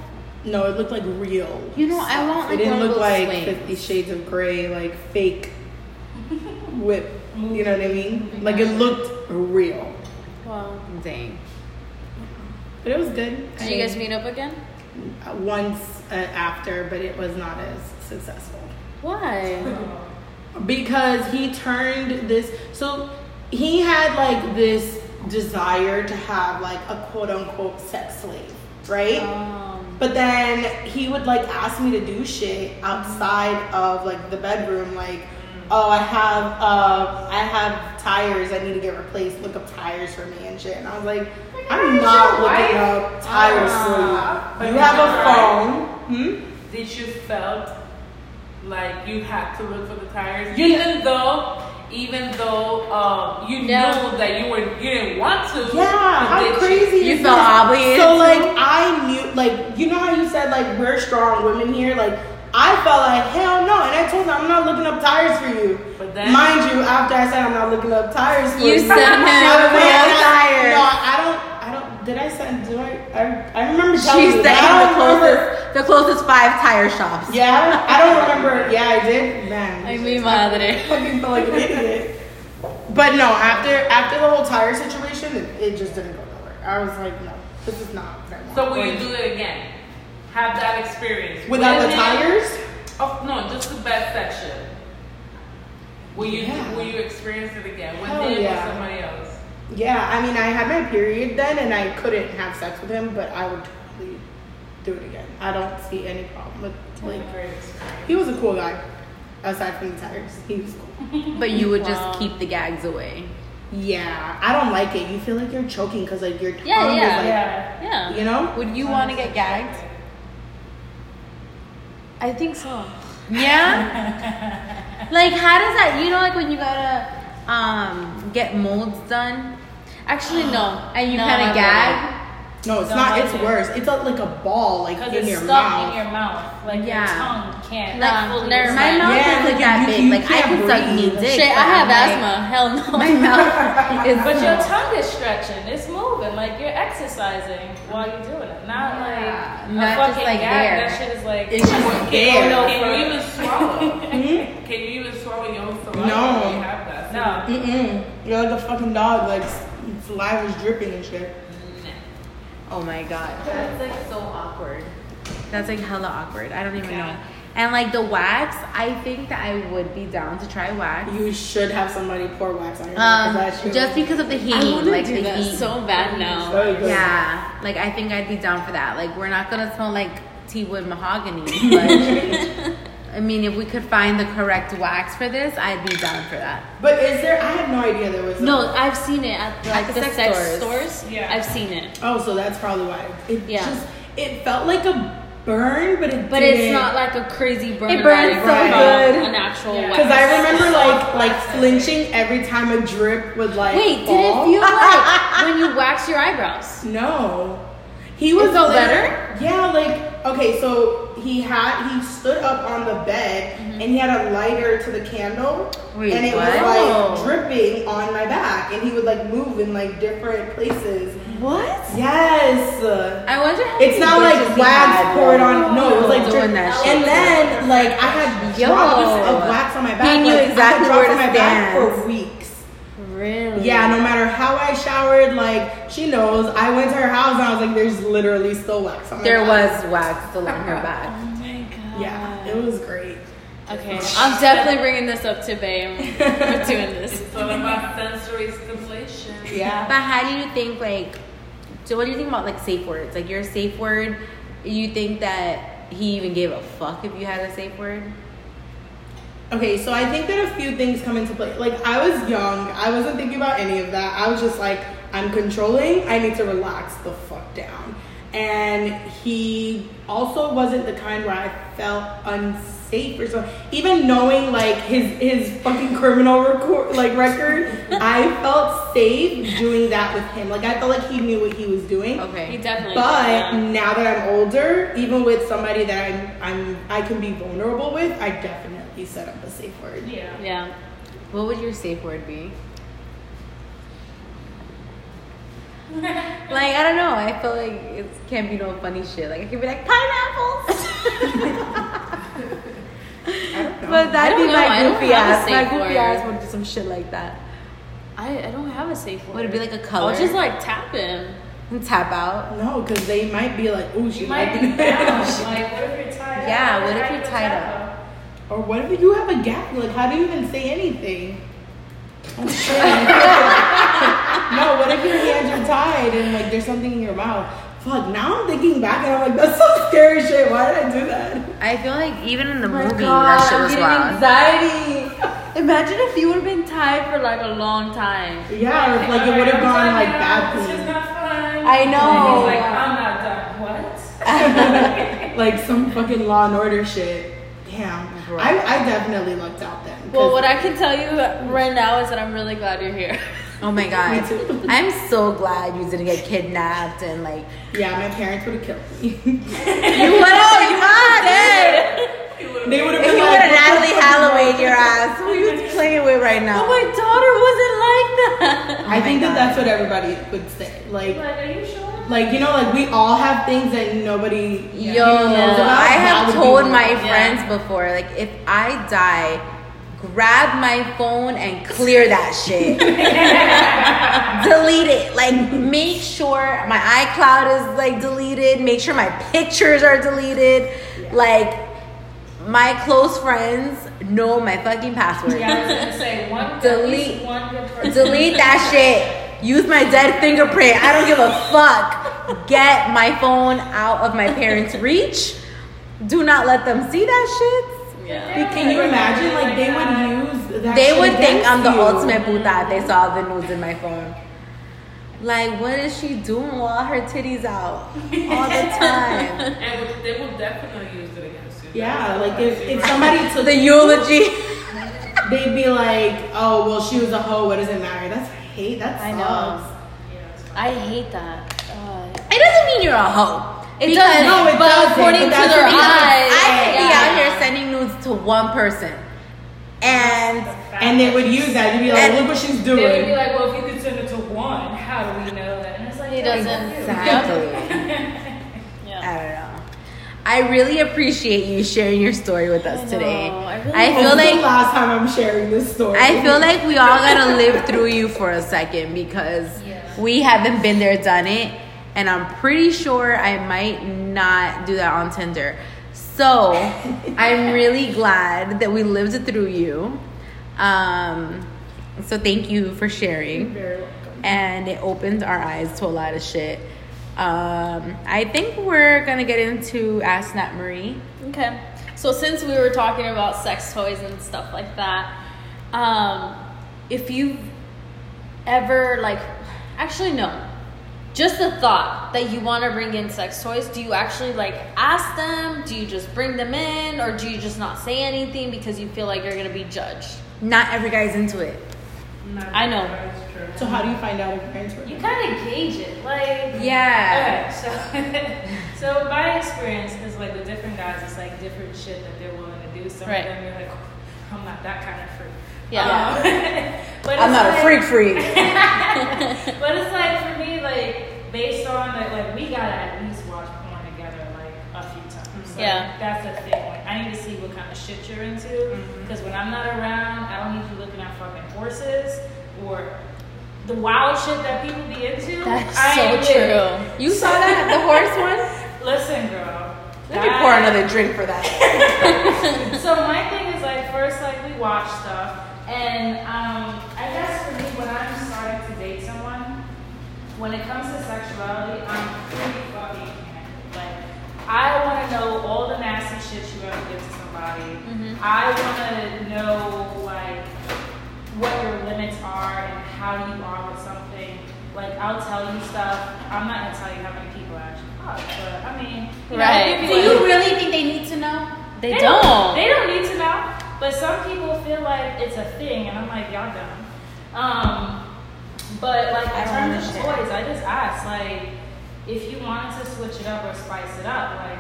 Speaker 3: No, it looked like real.
Speaker 1: You know, I
Speaker 3: stuff.
Speaker 1: want,
Speaker 3: It
Speaker 1: like,
Speaker 3: didn't
Speaker 1: one of
Speaker 3: look
Speaker 1: those
Speaker 3: like
Speaker 1: swings.
Speaker 3: Fifty Shades of Grey, like fake whip. You know what I mean? Like it looked real,
Speaker 2: Wow.
Speaker 1: Dang.
Speaker 3: but it was good.
Speaker 2: Did you guys meet up again?
Speaker 3: Uh, once uh, after, but it was not as successful
Speaker 2: Why?
Speaker 3: because he turned this. So he had like this desire to have like a quote unquote sex slave, right?
Speaker 2: Um,
Speaker 3: But then he would like ask me to do shit outside of like the bedroom, like oh, I have uh, I have tires I need to get replaced. Look up tires for me and shit. And I was like, I'm
Speaker 6: Is
Speaker 3: not
Speaker 6: your
Speaker 3: looking
Speaker 6: wife-
Speaker 3: up tires
Speaker 4: Ah,
Speaker 3: for
Speaker 4: but
Speaker 3: you. You
Speaker 4: you
Speaker 3: have a
Speaker 4: tried.
Speaker 3: phone. Hmm?
Speaker 4: Did you felt like you had to look for the tires,
Speaker 3: Yeah.
Speaker 4: even though, even though um, you
Speaker 2: No.
Speaker 4: knew that you were you didn't want to?
Speaker 3: Yeah,
Speaker 4: but did
Speaker 3: how
Speaker 4: you-
Speaker 3: crazy
Speaker 1: You
Speaker 3: is
Speaker 1: felt
Speaker 3: this?
Speaker 1: obligated
Speaker 3: So
Speaker 1: to?
Speaker 3: like I knew like you know how you said like we're strong women here? Like I felt like hell no, and I told them I'm not looking up tires for you.
Speaker 4: But then-
Speaker 3: mind you, after I said I'm not looking up tires for you.
Speaker 1: You sent him
Speaker 3: I was
Speaker 1: with
Speaker 3: like,
Speaker 1: no
Speaker 3: I-
Speaker 1: tires.
Speaker 3: No, I don't I don't did I send do I I, I remember telling
Speaker 1: She's saying
Speaker 3: you, but I
Speaker 1: the
Speaker 3: don't remember
Speaker 1: closest, the closest five tire shops.
Speaker 3: Yeah, I don't remember yeah, I did. Man.
Speaker 2: Ay, mi madre.
Speaker 3: fucking felt like an idiot. But no, after after the whole tire situation, it, it just didn't go nowhere. I was like, no, this is not what I want.
Speaker 4: So will you do it again? Have that experience
Speaker 3: without the
Speaker 4: Women-
Speaker 3: tires?
Speaker 4: Oh no, just the best section. Will you
Speaker 3: Yeah.
Speaker 4: will you experience it again with
Speaker 3: Hell
Speaker 4: him
Speaker 3: yeah.
Speaker 4: or somebody else?
Speaker 3: Yeah, I mean, I had my period then, and I couldn't have sex with him, but I would totally do it again. I don't see any problem with like. He was a cool guy, aside from the tires. He was cool.
Speaker 1: But you would just keep the gags away.
Speaker 3: Yeah, I don't like it. You feel like you're choking because like your tongue
Speaker 2: Yeah, yeah,
Speaker 3: is like,
Speaker 6: Yeah.
Speaker 2: Yeah.
Speaker 3: you know.
Speaker 1: Would you want to get gagged?
Speaker 2: I think so.
Speaker 1: Yeah. like, how does that? You know, like when you gotta um get molds done
Speaker 2: Actually, no.
Speaker 1: and you
Speaker 2: No,
Speaker 1: kind of
Speaker 2: I wouldn't.
Speaker 1: gag.
Speaker 3: No, it's
Speaker 6: No,
Speaker 3: not.
Speaker 6: I
Speaker 3: It's
Speaker 6: do.
Speaker 3: worse. It's a, like a ball, like
Speaker 6: Because
Speaker 3: in
Speaker 6: it's
Speaker 3: your
Speaker 6: stuck
Speaker 3: mouth.
Speaker 6: in your mouth. Like
Speaker 1: Yeah.
Speaker 6: your tongue can't.
Speaker 1: Like,
Speaker 2: Nah,
Speaker 6: fully
Speaker 1: My
Speaker 2: never
Speaker 6: expand.
Speaker 1: mouth is
Speaker 3: Yeah, like
Speaker 1: like that
Speaker 3: you-
Speaker 1: big.
Speaker 3: you
Speaker 1: like I
Speaker 3: can't
Speaker 1: can suck
Speaker 3: breathe.
Speaker 1: new dick.
Speaker 2: Shit, I
Speaker 1: but I'm
Speaker 2: have
Speaker 1: like-
Speaker 2: asthma. Hell no.
Speaker 1: My mouth is.
Speaker 6: But your tongue is stretching. It's moving. Like you're exercising while you're doing it. Not like
Speaker 1: Not
Speaker 6: a
Speaker 1: just,
Speaker 6: fucking
Speaker 1: like,
Speaker 6: gap.
Speaker 1: there.
Speaker 6: That shit is like.
Speaker 3: It's just there.
Speaker 6: no,
Speaker 4: Can
Speaker 6: for-
Speaker 4: you even swallow? Can you even swallow your own saliva?
Speaker 3: No.
Speaker 4: If you have that.
Speaker 6: no.
Speaker 3: Mm-mm. You're like a fucking dog. Like s- saliva's dripping and shit.
Speaker 1: Oh my god. That's like so awkward. That's like hella awkward. I don't even know. And like the wax, I think that I would be down to try wax.
Speaker 3: You should have somebody pour wax on your
Speaker 1: Um,
Speaker 3: head 'cause that shit
Speaker 1: just
Speaker 3: was-
Speaker 1: because of the heat,
Speaker 2: I want to
Speaker 1: like
Speaker 2: do
Speaker 1: the
Speaker 2: that
Speaker 1: heat.
Speaker 2: so bad now.
Speaker 3: Very good.
Speaker 1: yeah, like I think I'd be down for that. Like we're not gonna smell like tea wood mahogany. But, I mean, if we could find the correct wax for this, I'd be down for that.
Speaker 3: But is there? I had no idea there was. a-
Speaker 2: No, I've seen it at the, like,
Speaker 1: the
Speaker 2: the
Speaker 1: sex
Speaker 2: sex,
Speaker 1: stores.
Speaker 2: stores.
Speaker 4: Yeah.
Speaker 2: I've seen it.
Speaker 3: oh, so that's probably why. It
Speaker 2: Yeah.
Speaker 3: just it felt like a burn, but it
Speaker 2: But it's
Speaker 3: didn't.
Speaker 2: not like a crazy burn.
Speaker 1: It burns
Speaker 2: like
Speaker 1: so
Speaker 2: from
Speaker 1: good.
Speaker 2: An actual
Speaker 6: Yeah.
Speaker 2: wax.
Speaker 3: because I remember like like flinching every time a drip would like.
Speaker 2: Wait, did it
Speaker 3: fall.
Speaker 2: feel like when you wax your eyebrows?
Speaker 3: No. He was
Speaker 2: felt
Speaker 3: like-
Speaker 2: better?
Speaker 3: Yeah, like okay, so he had he stood up on the bed and he had a lighter to the candle
Speaker 1: Mm-hmm. Wait,
Speaker 3: and it
Speaker 1: what?
Speaker 3: was like dripping on my back and he would like move in like different places.
Speaker 1: What?
Speaker 3: Yes.
Speaker 1: I wonder. How many
Speaker 3: It's not
Speaker 1: bitches
Speaker 3: like
Speaker 1: we
Speaker 3: wax
Speaker 1: had
Speaker 3: poured
Speaker 1: while
Speaker 3: on. No, it was like
Speaker 1: doing
Speaker 3: drip.
Speaker 1: that shit.
Speaker 3: And then like I had
Speaker 1: Yo.
Speaker 3: drops of wax on my back.
Speaker 1: He knew
Speaker 3: like, I had
Speaker 1: exactly
Speaker 3: drops
Speaker 1: where
Speaker 3: on
Speaker 1: to
Speaker 3: my back
Speaker 1: stand.
Speaker 3: for weeks.
Speaker 2: Really?
Speaker 3: Yeah, no matter how I showered, like she knows. I went to her house and I was like, "There's literally still wax on." my
Speaker 1: There
Speaker 3: back."
Speaker 1: was wax still on her back.
Speaker 3: Yeah, it was great.
Speaker 2: Okay, I'm definitely bringing this up to Bay. and We're doing this.
Speaker 4: It's all about sensory stimulation.
Speaker 3: Yeah.
Speaker 1: But how do you think like? So what do you think about like safe words? Like your safe word, you think that he even gave a fuck if you had a safe word?
Speaker 3: Okay, so I think that a few things come into play. Like I was young, I wasn't thinking about any of that. I was just like, I'm controlling. I need to relax the fuck down. And he also wasn't the kind where I felt unsafe or something. Even knowing like his his fucking criminal record, like record, I felt safe doing that with him. Like I felt like he knew what he was doing.
Speaker 2: He
Speaker 1: Okay.
Speaker 2: definitely.
Speaker 3: But
Speaker 2: yeah.
Speaker 3: now that I'm older, even with somebody that I'm, I'm I can be vulnerable with, I definitely set up a safe word.
Speaker 6: Yeah.
Speaker 2: yeah.
Speaker 1: What would your safe word be? like I don't know. I feel like it can't be no funny shit. Like I could be like pineapples. but that'd
Speaker 2: I
Speaker 1: be
Speaker 2: don't know. I
Speaker 1: my
Speaker 2: don't
Speaker 1: goofy
Speaker 2: have a
Speaker 1: ass. My
Speaker 2: safe
Speaker 1: goofy
Speaker 2: word.
Speaker 1: ass would do some shit like that.
Speaker 2: I, I don't have a safe word.
Speaker 1: Would it be like a color?
Speaker 2: I'll just like tap him.
Speaker 1: And tap out.
Speaker 3: No, because they might be like, "Ooh, she
Speaker 6: You might
Speaker 3: might
Speaker 6: be down.
Speaker 3: be."
Speaker 6: like, what if you're tied up?
Speaker 1: Yeah, what if
Speaker 6: Tied
Speaker 1: you're
Speaker 6: up,
Speaker 1: tied
Speaker 6: tied
Speaker 1: up?
Speaker 6: up?
Speaker 3: or what if you have a gap? Like, how do you even say anything? Oh, shit. no, what if your hands are tied and like there's something in your mouth? Fuck. Now I'm thinking back and I'm like, that's so scary shit. Why did I do that?
Speaker 1: I feel like even in the
Speaker 2: Oh my
Speaker 1: movie,
Speaker 2: God,
Speaker 1: that shit
Speaker 2: I'm
Speaker 1: was
Speaker 2: getting
Speaker 1: wild.
Speaker 3: Anxiety.
Speaker 2: Imagine if you would have been tied for like a long time.
Speaker 3: Yeah, like it would have gone like badly.
Speaker 7: not fun.
Speaker 1: I know.
Speaker 4: He's like, I'm not done. What?
Speaker 3: Like some fucking Law and Order shit. Damn, I, I definitely lucked out then. 'cause-
Speaker 2: Well, what I can tell you right now is that I'm really glad you're here.
Speaker 1: Oh my god.
Speaker 3: Me too.
Speaker 1: I'm so glad you didn't get kidnapped and like
Speaker 3: yeah, my parents would have killed me.
Speaker 1: you would have you did.
Speaker 3: they would have
Speaker 1: If you
Speaker 3: been
Speaker 1: would
Speaker 3: like,
Speaker 1: have Natalie Holloway your ass, who you playing with right
Speaker 2: Oh,
Speaker 1: now?
Speaker 2: my daughter wasn't like that.
Speaker 3: I
Speaker 1: Oh my
Speaker 3: think
Speaker 1: God.
Speaker 3: that that's what everybody would say. Like,
Speaker 4: Like, are you sure?
Speaker 3: like you know, like we all have things that nobody.
Speaker 1: Yo,
Speaker 3: knows about.
Speaker 1: I
Speaker 3: That
Speaker 1: have
Speaker 3: would be
Speaker 1: told
Speaker 3: one.
Speaker 1: my
Speaker 2: Yeah.
Speaker 1: friends before, like if I die, grab my phone and clear that shit. Delete it. Like make sure my iCloud is like deleted, make sure my pictures are deleted. Like my close friends know my fucking password.
Speaker 4: Yeah, I was gonna say one. at
Speaker 1: Delete.
Speaker 4: least One good person.
Speaker 1: Delete that shit. Use my dead fingerprint. I don't give a fuck. Get my phone out of my parents' reach. Do not let them see that shit.
Speaker 2: Yeah.
Speaker 3: Can you imagine? Like they would use. That
Speaker 1: They
Speaker 3: shit
Speaker 1: would think
Speaker 3: against
Speaker 1: I'm the
Speaker 3: you.
Speaker 1: ultimate puta if they saw the nudes in my phone. Like, what is she doing while her titties out all the time?
Speaker 7: And would- they will definitely use it against you.
Speaker 3: Yeah, like if, if somebody took,
Speaker 1: The eulogy.
Speaker 3: they'd be like, "Oh, well, she was a hoe. What does it matter?" That's hate. That
Speaker 2: I
Speaker 3: sucks.
Speaker 2: know.
Speaker 7: Yeah, it's fine.
Speaker 2: I hate that. Uh,
Speaker 1: It doesn't mean you're a hoe.
Speaker 2: it
Speaker 1: Because-
Speaker 2: doesn't.
Speaker 3: No, it
Speaker 2: but
Speaker 3: doesn't,
Speaker 2: according
Speaker 3: but
Speaker 2: to
Speaker 3: that's
Speaker 2: their
Speaker 3: what
Speaker 2: eyes,
Speaker 3: it is.
Speaker 1: I could be
Speaker 2: yeah.
Speaker 1: out here sending nudes to one person. And
Speaker 3: And they would use that. They'd be like,
Speaker 1: And-
Speaker 3: "Look what she's
Speaker 4: They would be
Speaker 3: doing."
Speaker 4: like, well, if you could send it to one, how do we know that? And it's like,
Speaker 2: He
Speaker 4: yeah,
Speaker 2: doesn't.
Speaker 4: you.
Speaker 1: Exactly.
Speaker 2: Yeah.
Speaker 1: I don't know. I really appreciate you sharing your story with us
Speaker 2: I know.
Speaker 1: today.
Speaker 2: I really
Speaker 1: I
Speaker 3: This
Speaker 1: feel
Speaker 3: is the
Speaker 1: like
Speaker 3: last time I'm sharing this story.
Speaker 1: I feel like we all gotta live through you for a second because
Speaker 4: Yeah.
Speaker 1: we haven't been there, done it, and I'm pretty sure I might not do that on Tinder. So I'm really glad that we lived through you. Um, so thank you for sharing.
Speaker 3: Very welcome.
Speaker 1: and it opened our eyes to a lot of shit. Um, I think we're gonna get into Ask Not Marie.
Speaker 2: Okay. So since we were talking about sex toys and stuff like that, um, if you've ever like, actually no, just the thought that you want to bring in sex toys, do you actually like ask them? Do you just bring them in, or do you just not say anything because you feel like you're gonna be judged?
Speaker 1: Not every guy's into it.
Speaker 7: Not
Speaker 2: I know.
Speaker 7: that it's true.
Speaker 3: So how do you find out if your parents were?
Speaker 4: You kind of gauge it, like
Speaker 1: Yeah.
Speaker 4: Okay, so so my experience is like with different guys, it's like different shit that they're willing to do. Some
Speaker 2: Right.
Speaker 4: of them you're like, "Oh, I'm not that kind of freak.
Speaker 2: Yeah.
Speaker 4: Um, but
Speaker 1: I'm
Speaker 4: it's
Speaker 1: not a
Speaker 4: like-
Speaker 1: freak freak.
Speaker 4: But it's like for me, like based on like, like we gotta at least watch porn together like a few times. Like,
Speaker 2: Yeah.
Speaker 4: that's the thing. Like I need to see what kind of shit you're into
Speaker 2: Mm-hmm.
Speaker 4: because when I'm not around, I don't need you looking at fucking horses or the wild shit that people be into.
Speaker 2: That's
Speaker 4: I
Speaker 2: so
Speaker 4: ain't with it.
Speaker 2: true.
Speaker 1: You saw that the horse one?
Speaker 4: Listen, girl.
Speaker 1: Let me pour another drink for that.
Speaker 4: so my thing is like first like we watch stuff and um, I guess for me when I'm starting to date someone, when it comes to sexuality, I'm pretty fucking candid. Like I want to know all the nasty shit you ever did to somebody.
Speaker 2: Mm-hmm.
Speaker 4: I want to know like what your limits are and how you are with something. Like I'll tell you stuff. I'm not gonna tell you how many people I actually fucked, but I mean, you know,
Speaker 2: Right.
Speaker 4: people-
Speaker 2: Do you
Speaker 1: really think they need to know?
Speaker 2: They don't.
Speaker 4: They don't need to know. But some people feel like it's a thing, and I'm like, y'all dumb. Um, but like in terms of toys, I just asked like, if you wanted to switch it up or spice it up, like,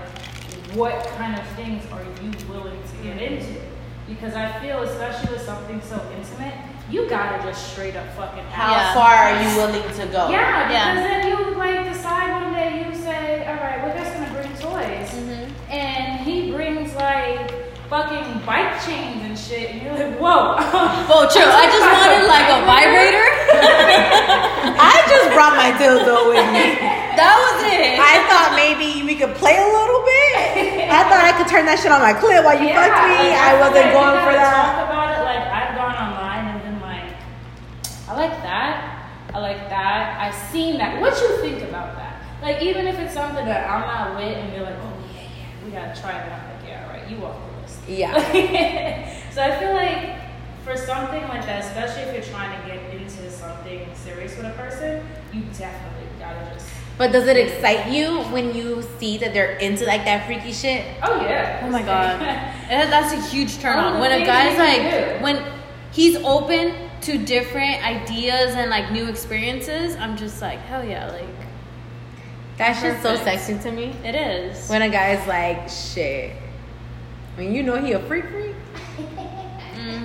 Speaker 4: what kind of things are you willing to get
Speaker 2: Mm-hmm.
Speaker 4: into? Because I feel, especially with something so intimate, you gotta just straight up fucking ask.
Speaker 2: How Yeah.
Speaker 1: far are you willing to go?
Speaker 4: Yeah,
Speaker 2: Oh, Yeah.
Speaker 4: because then you like decide one day you say, all right, we're just gonna bring toys,
Speaker 2: Mm-hmm.
Speaker 4: and he brings like fucking bike chains and shit, and you're like, whoa.
Speaker 2: Well, Oh, true. I just wanted like a vibrator.
Speaker 1: I just brought my dildo with me.
Speaker 2: That was it.
Speaker 1: I thought maybe we could play a little bit. I thought I could turn that shit on my clip while you
Speaker 4: Yeah,
Speaker 1: fucked me.
Speaker 4: like,
Speaker 1: I
Speaker 4: feel
Speaker 1: wasn't
Speaker 4: like you
Speaker 1: going for
Speaker 4: gotta
Speaker 1: that.
Speaker 4: Talk about it. Like I've gone online and been like, I like that. I like that. I've seen that. What you think about that? Like even if it's something that I'm not with, and you're like, oh yeah, yeah, we gotta try that. I'm like, yeah, all right, you walk the list.
Speaker 1: Yeah.
Speaker 4: so I feel like
Speaker 6: for something like that, especially if you're trying to get into something serious with a person, you definitely gotta just.
Speaker 1: But does it excite you when you see that they're into like that freaky shit?
Speaker 6: Oh yeah.
Speaker 2: Oh my god, And that's a huge turn
Speaker 6: All
Speaker 2: on.
Speaker 6: the
Speaker 2: When a
Speaker 6: things
Speaker 2: guy's
Speaker 6: you can
Speaker 2: like,
Speaker 6: do.
Speaker 2: when he's open to different ideas and like new experiences, I'm just like, hell yeah, like
Speaker 1: That shit's so
Speaker 2: Perfect.
Speaker 1: sexy to me.
Speaker 2: it is.
Speaker 1: When a guy's like, shit. When you know he a freak freak.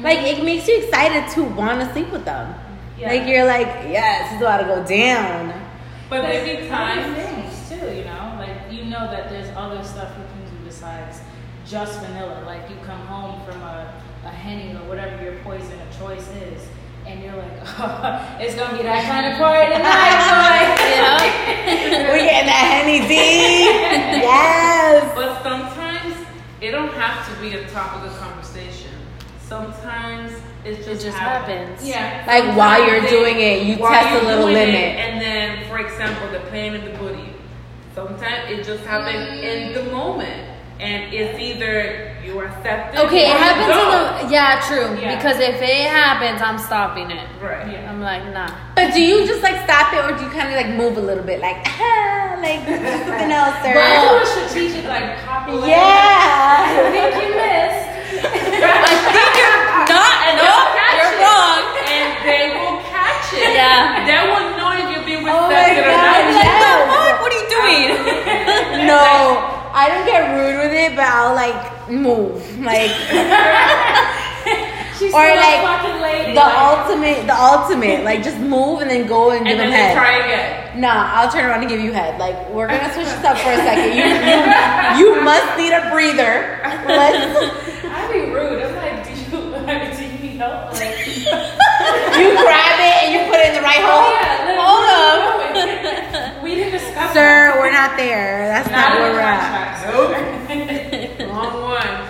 Speaker 1: Like it makes you excited to want to sleep with them.
Speaker 6: Yeah.
Speaker 1: Like you're like, yes, it's about to go down.
Speaker 4: But
Speaker 6: But
Speaker 4: maybe
Speaker 6: it's time
Speaker 4: times.
Speaker 6: things too, you know? Like you know that there's other stuff you can do besides just vanilla. Like you come home from a, a henny or whatever your poison of choice is and you're like, "Oh, it's gonna be that kind of party tonight, boy.
Speaker 2: you know?
Speaker 1: We're getting that Henny D. yes.
Speaker 4: But sometimes it don't have to be a topic of conversation. Sometimes it's just
Speaker 2: It just happens.
Speaker 4: Yeah.
Speaker 1: Like, while you're
Speaker 4: Sometimes
Speaker 1: doing it, you
Speaker 4: while
Speaker 1: test a
Speaker 4: you're
Speaker 1: little
Speaker 4: doing
Speaker 1: limit.
Speaker 4: It, and then, for example, the pain in the booty. Sometimes it just happens in the moment, and it's either you accept it.
Speaker 2: Okay, it
Speaker 4: or you don't.
Speaker 2: happens in the yeah, true.
Speaker 6: Yeah.
Speaker 2: Because if it happens, I'm stopping it.
Speaker 4: right.
Speaker 6: Yeah.
Speaker 2: I'm like, nah.
Speaker 1: But do you just like stop it, or do you kind of like move a little bit, like ah, like do something else, sir?
Speaker 6: I do a strategic like copy like,
Speaker 1: yeah.
Speaker 6: I think you missed.
Speaker 2: Not nope, you're wrong.
Speaker 4: And they will catch it.
Speaker 2: Yeah.
Speaker 4: They will know if you're being
Speaker 1: Oh my
Speaker 4: accepted or
Speaker 1: God,
Speaker 4: not.
Speaker 2: I'm like,
Speaker 1: Yes.
Speaker 2: the fuck? What are you doing?
Speaker 1: No, I don't get rude with it, but I'll like move, like
Speaker 6: She's
Speaker 1: Or
Speaker 6: still
Speaker 1: like,
Speaker 6: a fucking lady.
Speaker 1: the
Speaker 6: like,
Speaker 1: ultimate, the ultimate, like just move and then go and give
Speaker 4: And
Speaker 1: them
Speaker 4: then they
Speaker 1: head.
Speaker 4: try again.
Speaker 1: No, I'll turn around and give you head. Like we're gonna switch this up for a second. You, you, you must need a breather. Let's,
Speaker 6: I'd be rude. I'm like, do you like do you need help? Like
Speaker 1: you grab it and you put it in the right hole. Hold up,
Speaker 6: up. We didn't discuss
Speaker 1: sir. We're not there. That's
Speaker 6: Not in
Speaker 1: not, where
Speaker 6: the
Speaker 1: we're at.
Speaker 6: contract.
Speaker 4: Long one.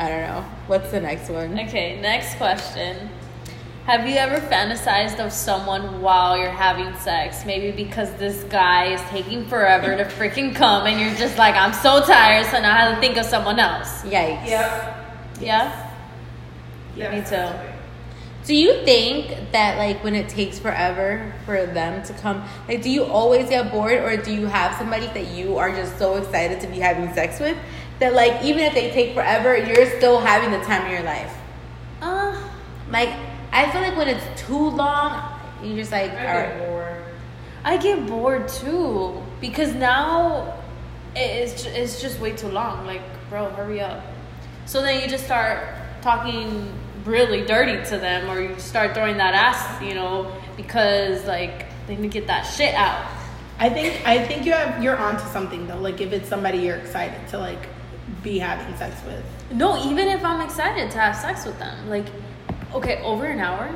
Speaker 1: I don't know. What's the next one?
Speaker 2: Okay, next question. Have you ever fantasized of someone while you're having sex? Maybe because this guy is taking forever to freaking come and you're just like, I'm so tired, so now I have to think of someone else.
Speaker 1: Yikes.
Speaker 4: Yep.
Speaker 2: Yeah? Me too.
Speaker 1: Do you think that like when it takes forever for them to come, like do you always get bored or do you have somebody that you are just so excited to be having sex with that like even if they take forever, you're still having the time of your life?
Speaker 2: Uh,
Speaker 1: Like I feel like when it's too long, you're just like, all right.
Speaker 2: I get bored too because now it's ju- it's just way too long. Like, bro, hurry up. So then you just start talking really dirty to them, or you start throwing that ass, you know, because like they need to get that shit out.
Speaker 3: I think I think you have you're onto something though. Like if it's somebody you're excited to like be having sex with.
Speaker 2: No, even if I'm excited to have sex with them, like, okay, over an hour.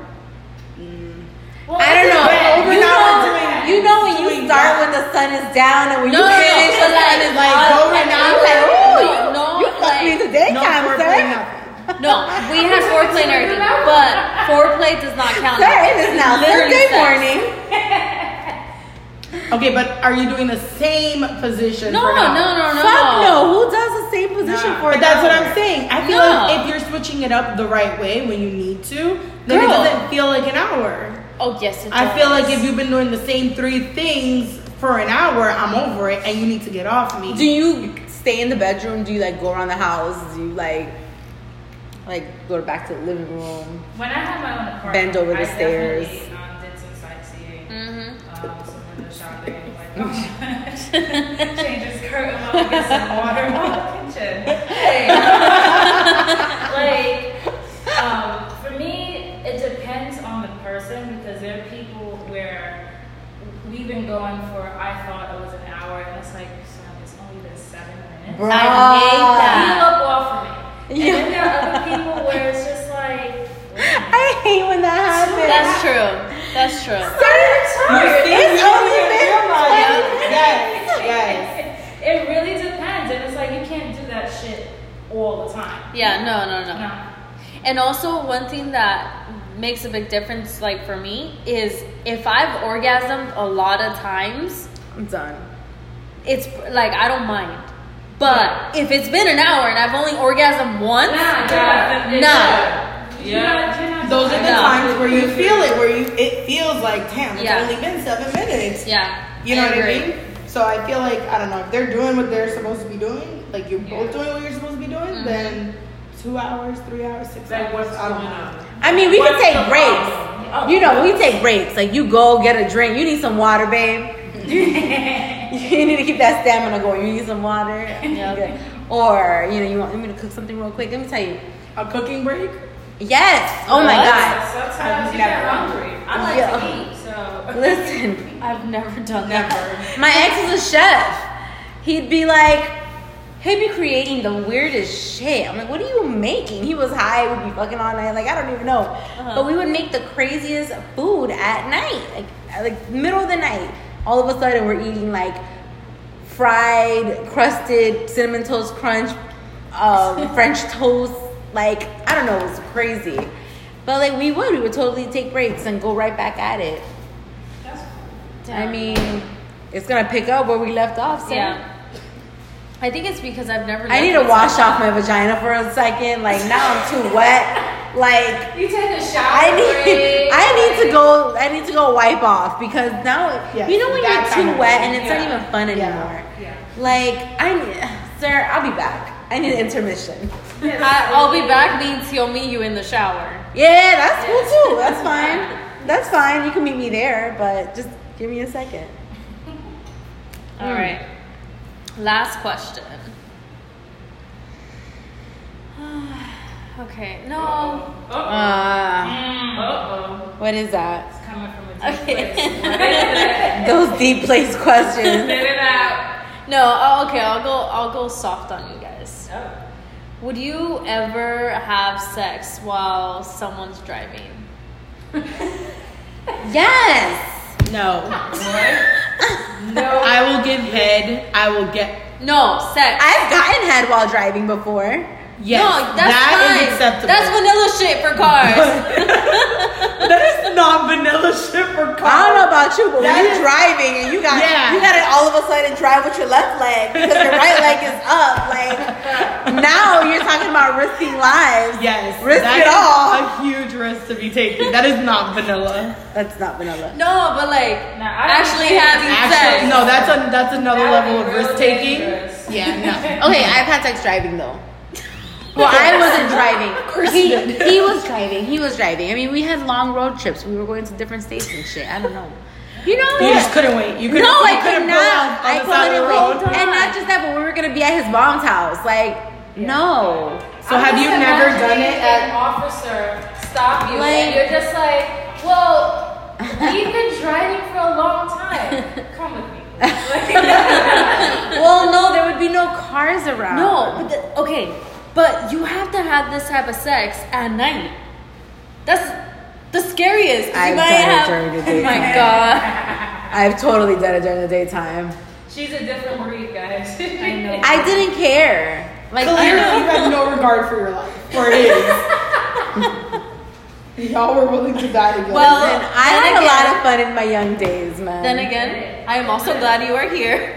Speaker 6: Well,
Speaker 1: I don't know.
Speaker 3: Over
Speaker 1: You
Speaker 3: now
Speaker 1: know,
Speaker 3: we're doing-
Speaker 1: you know when you
Speaker 3: doing
Speaker 1: start when
Speaker 3: that.
Speaker 1: the sun is down and when
Speaker 2: No,
Speaker 1: you
Speaker 2: no, no,
Speaker 1: finish,
Speaker 2: but
Speaker 1: the sun
Speaker 2: like,
Speaker 1: is like
Speaker 2: uh,
Speaker 1: going down. I'm like,
Speaker 2: no,
Speaker 1: ooh,
Speaker 2: no,
Speaker 1: you, you fucked me
Speaker 2: like,
Speaker 1: today,
Speaker 3: No
Speaker 1: kind
Speaker 3: foreplay,
Speaker 1: sir.
Speaker 3: nothing.
Speaker 2: No, we had foreplay and everything, but foreplay does not count.
Speaker 1: Sir, it is now
Speaker 2: Literally
Speaker 1: Thursday
Speaker 2: sex.
Speaker 1: morning.
Speaker 3: Okay, but are you doing the same position?
Speaker 2: No,
Speaker 3: for
Speaker 2: no,
Speaker 3: an hour?
Speaker 2: no, no, no.
Speaker 1: Fuck no. Who does the same position
Speaker 4: Nah.
Speaker 1: for
Speaker 3: But that's
Speaker 1: an
Speaker 3: what
Speaker 1: hour?
Speaker 3: I'm saying. I feel
Speaker 2: No.
Speaker 3: like if you're switching it up the right way when you need to, then
Speaker 2: Girl.
Speaker 3: it doesn't feel like an hour.
Speaker 2: Oh yes, it
Speaker 3: I feel
Speaker 2: does.
Speaker 3: like if you've been doing the same three things for an hour, I'm over it, and you need to get off me.
Speaker 1: Do you stay in the bedroom? Do you like go around the house? Do you like like go back to the living room?
Speaker 6: When I had my own apartment,
Speaker 1: Bend over the
Speaker 6: I
Speaker 1: stairs.
Speaker 6: definitely, Um, did some sightseeing.
Speaker 2: Mhm.
Speaker 6: Um, some window shopping. I was like, oh, change this curtain up, get some water, oh, kitchen. Hey. like, um, for me, it depends on the person because there are people where we've been going for, I thought it was an hour, and it's like, son, it's only been seven minutes.
Speaker 1: Bruh.
Speaker 2: I hate that.
Speaker 6: Leave up off of me. And
Speaker 1: Yeah.
Speaker 6: then there are other people where it's just like,
Speaker 1: I hate when that happens.
Speaker 2: That's true. That's true.
Speaker 1: Sir, it's only been
Speaker 3: Yes, yes.
Speaker 6: it really depends, and it's like you can't do that shit all the time.
Speaker 2: Yeah, no, no, no.
Speaker 6: No.
Speaker 2: And also, one thing that makes a big difference, like for me, is if I've orgasmed a lot of times,
Speaker 1: I'm done.
Speaker 2: it's like I don't mind. But if it's been an hour and I've only orgasmed once,
Speaker 6: Nah, yeah.
Speaker 2: nah.
Speaker 6: Yeah. You're not, you're
Speaker 3: Those are the
Speaker 2: No.
Speaker 3: times where you feel it, where you it feels like, damn, it's
Speaker 2: Yeah.
Speaker 3: only been seven minutes.
Speaker 2: Yeah.
Speaker 3: You know what
Speaker 2: agree.
Speaker 3: I mean? So I feel like I don't know if they're doing what they're supposed to be doing, like you're
Speaker 2: Yeah.
Speaker 3: both doing what you're supposed to be doing,
Speaker 2: Mhm.
Speaker 3: then two hours, three hours, six
Speaker 4: Like,
Speaker 3: hours,
Speaker 4: what's
Speaker 3: I
Speaker 4: going
Speaker 3: don't know.
Speaker 4: on?
Speaker 1: I mean, we can
Speaker 4: What's
Speaker 1: take
Speaker 4: the
Speaker 1: breaks.
Speaker 4: problem?
Speaker 1: You know, we take breaks. Like you go get a drink. You need some water, babe. you need to keep that stamina going. You need some water.
Speaker 2: Yeah.
Speaker 1: Or you know, you want me to cook something real quick. Let me tell you.
Speaker 3: A cooking break?
Speaker 1: Yes. Oh my
Speaker 2: What?
Speaker 1: God.
Speaker 6: Sometimes you get hungry. I like to eat, so.
Speaker 1: Listen.
Speaker 2: I've never done that.
Speaker 1: My ex was a chef. He'd be like, he'd be creating the weirdest shit. I'm like, what are you making? He was high, we'd be fucking all night. Like, I don't even know. But we would make the craziest food at night, like, at, like middle of the night. All of a sudden, we're eating like fried, crusted, cinnamon toast crunch, um, French toast. Like, I don't know, it was crazy. But like, we would, we would totally take breaks and go right back at it. I mean, it's gonna pick up where we left off. So.
Speaker 2: Yeah. I think it's because I've never.
Speaker 1: I need to
Speaker 2: lived with
Speaker 1: wash off my vagina for a second. Like now I'm too wet. Like
Speaker 6: You take a shower.
Speaker 1: I need,
Speaker 6: break,
Speaker 1: I need to
Speaker 6: like-
Speaker 1: go. I need to go wipe off because now
Speaker 3: Yes,
Speaker 1: you know when
Speaker 3: that
Speaker 1: you're
Speaker 3: kind
Speaker 1: too
Speaker 3: of
Speaker 1: wet
Speaker 3: thing.
Speaker 1: and it's not
Speaker 6: Yeah.
Speaker 1: even fun
Speaker 3: Yeah.
Speaker 1: anymore.
Speaker 4: Yeah.
Speaker 1: Like I, need, sir, I'll be back. I need an intermission.
Speaker 2: someone. I, I'll be back means he'll meet you in the shower.
Speaker 1: Yeah, that's cool too. That's fine. That's fine. You can meet me there, but just give me a second.
Speaker 2: All right. Last question. okay. No.
Speaker 6: Uh-oh.
Speaker 1: Uh,
Speaker 6: Uh-oh.
Speaker 1: what is that?
Speaker 6: It's coming from a deep
Speaker 2: Okay.
Speaker 6: place. Let it
Speaker 1: Those deep place questions.
Speaker 6: out. Let it out.
Speaker 2: No. oh, okay. I'll go. I'll go soft on you guys.
Speaker 6: Oh.
Speaker 2: Would you ever have sex while someone's driving?
Speaker 1: Yes.
Speaker 3: No.
Speaker 6: No.
Speaker 3: I will give head. I will get
Speaker 2: No, sex.
Speaker 1: I've gotten head while driving before.
Speaker 3: yes.
Speaker 2: no, that's
Speaker 3: that is
Speaker 2: fine.
Speaker 3: acceptable.
Speaker 2: That's vanilla shit for cars.
Speaker 3: that is not vanilla shit for
Speaker 1: I don't know
Speaker 3: car.
Speaker 1: about you, but when
Speaker 3: That
Speaker 1: you're
Speaker 3: is-
Speaker 1: driving and you got you
Speaker 3: Yeah.
Speaker 1: got to all of a sudden drive with your left leg because your right leg is up. Like now you're talking about risking lives.
Speaker 3: Yes.
Speaker 1: risk
Speaker 3: that
Speaker 1: it
Speaker 3: is
Speaker 1: all.
Speaker 3: A huge risk to be taken. That is not vanilla.
Speaker 1: That's not vanilla.
Speaker 2: no, but like
Speaker 6: No, I don't
Speaker 2: actually
Speaker 6: think-
Speaker 2: having
Speaker 3: Actually,
Speaker 2: sex.
Speaker 3: no, that's a that's another
Speaker 6: That would
Speaker 3: level
Speaker 6: be
Speaker 3: of
Speaker 6: real
Speaker 3: risk taking.
Speaker 6: dangerous.
Speaker 3: Yeah,
Speaker 1: Okay, I've had sex driving though. Well, I wasn't driving. He, he was driving. He was driving. I mean, we had long road trips. We were going to different states and shit. I don't know. You know,
Speaker 3: no. You
Speaker 1: yeah.
Speaker 3: just couldn't wait. You couldn't.
Speaker 1: No,
Speaker 3: you
Speaker 1: I could
Speaker 3: couldn't pull
Speaker 1: not.
Speaker 3: out on
Speaker 1: I
Speaker 3: the side of
Speaker 1: couldn't.
Speaker 3: the road.
Speaker 1: wait. And not just that, but we were gonna be at his mom's house. Like, no.
Speaker 3: So have you never done it
Speaker 6: An
Speaker 3: at?
Speaker 6: officer stop you, and
Speaker 1: Like-
Speaker 6: you're just like, well, we've been driving for a long time. Come with me.
Speaker 1: Well, no, there would be no cars around.
Speaker 2: No, but the, okay, but you have to have this type of sex at night. That's the scariest. 'cause
Speaker 1: I've
Speaker 2: you might
Speaker 1: done it
Speaker 2: have.
Speaker 1: during the
Speaker 2: oh my
Speaker 1: daytime.
Speaker 2: god.
Speaker 1: I've totally done it during the daytime.
Speaker 6: She's a different breed, guys. I know.
Speaker 1: I didn't care. Like, you
Speaker 3: Clearly, you
Speaker 1: know,
Speaker 3: have no regard for your life, or it is. Y'all were willing to die together.
Speaker 2: Well,
Speaker 1: listen, I
Speaker 2: then
Speaker 1: had a
Speaker 2: again-
Speaker 1: lot of fun in my young days, man.
Speaker 2: Then again, I am also glad you are here.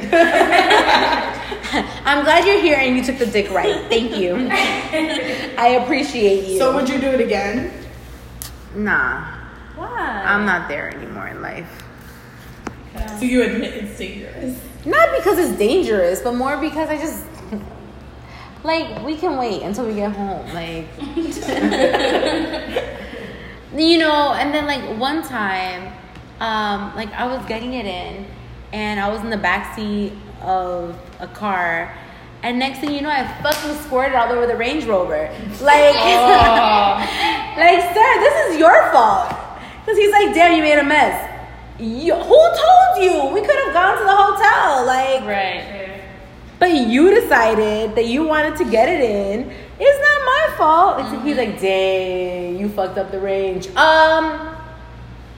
Speaker 1: I'm glad you're here and you took the dick right. Thank you. I appreciate you.
Speaker 3: so would you do it again?
Speaker 1: nah,
Speaker 2: Why?
Speaker 1: I'm not there anymore in life. Um,
Speaker 3: So you admit it's dangerous.
Speaker 1: Not because it's dangerous, but more because I just like we can wait until we get home. Like you know, and then like one time, um, like I was getting it in and I was in the back seat of a car and next thing you know I fucking squirted all over the Range Rover. Like like sir, this is your fault. Cause he's like, damn, you made a mess. You, who told you? We could have gone to the hotel. Like
Speaker 2: Right.
Speaker 1: but you decided that you wanted to get it in. It's not my fault. It's, He's like, dang, you fucked up the range. Um,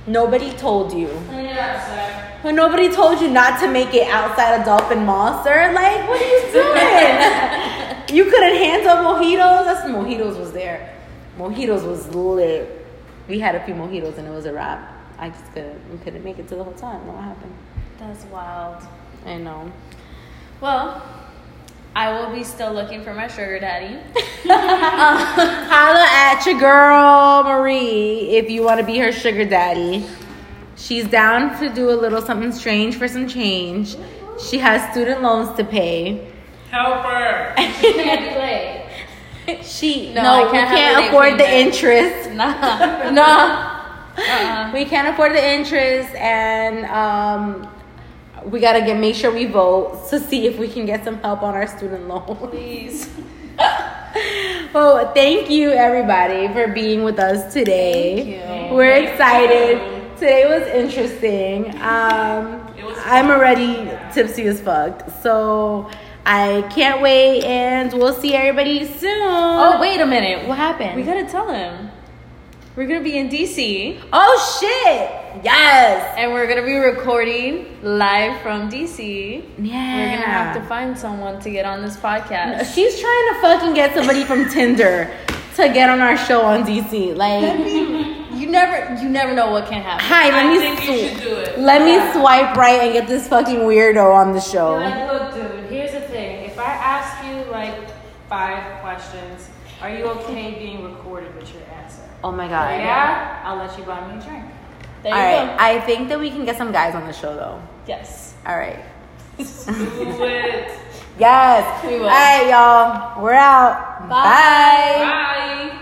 Speaker 1: nobody told you.
Speaker 6: Clean it up, sir.
Speaker 1: But nobody told you not to make it outside of Dolphin Mall, sir. Like, what are you doing? you couldn't handle mojitos. That's mojitos was there. Mojitos was lit. We had a few mojitos and it was a wrap. I just couldn't, we couldn't make it to the hotel. I don't know what happened.
Speaker 2: That's wild.
Speaker 1: I know.
Speaker 2: Well, I will be still looking for my sugar daddy.
Speaker 1: Holla at your girl Marie if you want to be her sugar daddy. She's down to do a little something strange for some change. She has student loans to pay.
Speaker 4: Help her.
Speaker 2: Can't be late.
Speaker 1: She no,
Speaker 2: No, I
Speaker 1: we
Speaker 2: can't have
Speaker 1: can't
Speaker 2: it
Speaker 1: afford the
Speaker 2: included.
Speaker 1: interest.
Speaker 2: Nah.
Speaker 1: No,
Speaker 2: Uh-uh.
Speaker 1: we can't afford the interest, and um, we gotta get make sure we vote to see if we can get some help on our student loan.
Speaker 2: Please.
Speaker 1: well, thank you everybody for being with us today.
Speaker 2: Thank
Speaker 1: We're excited. Today was interesting. Um,
Speaker 4: It was
Speaker 1: I'm already tipsy as fuck, so I can't wait, and we'll see everybody soon.
Speaker 2: Oh wait a minute.
Speaker 1: what happened?
Speaker 2: We gotta tell him. We're gonna be in DC
Speaker 1: oh shit! Yes.
Speaker 2: and we're gonna be recording live from DC.
Speaker 1: Yeah.
Speaker 2: We're gonna have to find someone to get on this podcast.
Speaker 1: She's trying to fucking get somebody from Tinder to get on our show on DC. Like,
Speaker 2: You never, you never know what can happen.
Speaker 1: hi, let
Speaker 4: I
Speaker 1: me
Speaker 4: think you should
Speaker 1: sw-
Speaker 4: do it.
Speaker 1: let me swipe right and get this fucking weirdo on the show.
Speaker 6: Like, look, dude, here's the thing. If I ask you like five questions, are you okay being recorded with your answer?
Speaker 1: Oh my god.
Speaker 6: Yeah, I'll let you buy me a drink.
Speaker 2: There
Speaker 1: All
Speaker 2: you
Speaker 1: right. I think that we can get some guys on the show though.
Speaker 2: go. Yes.
Speaker 1: All right.
Speaker 4: Do it.
Speaker 1: Yes.
Speaker 2: We will.
Speaker 1: All right, y'all. We're out.
Speaker 2: Bye.
Speaker 1: Bye.
Speaker 4: Bye.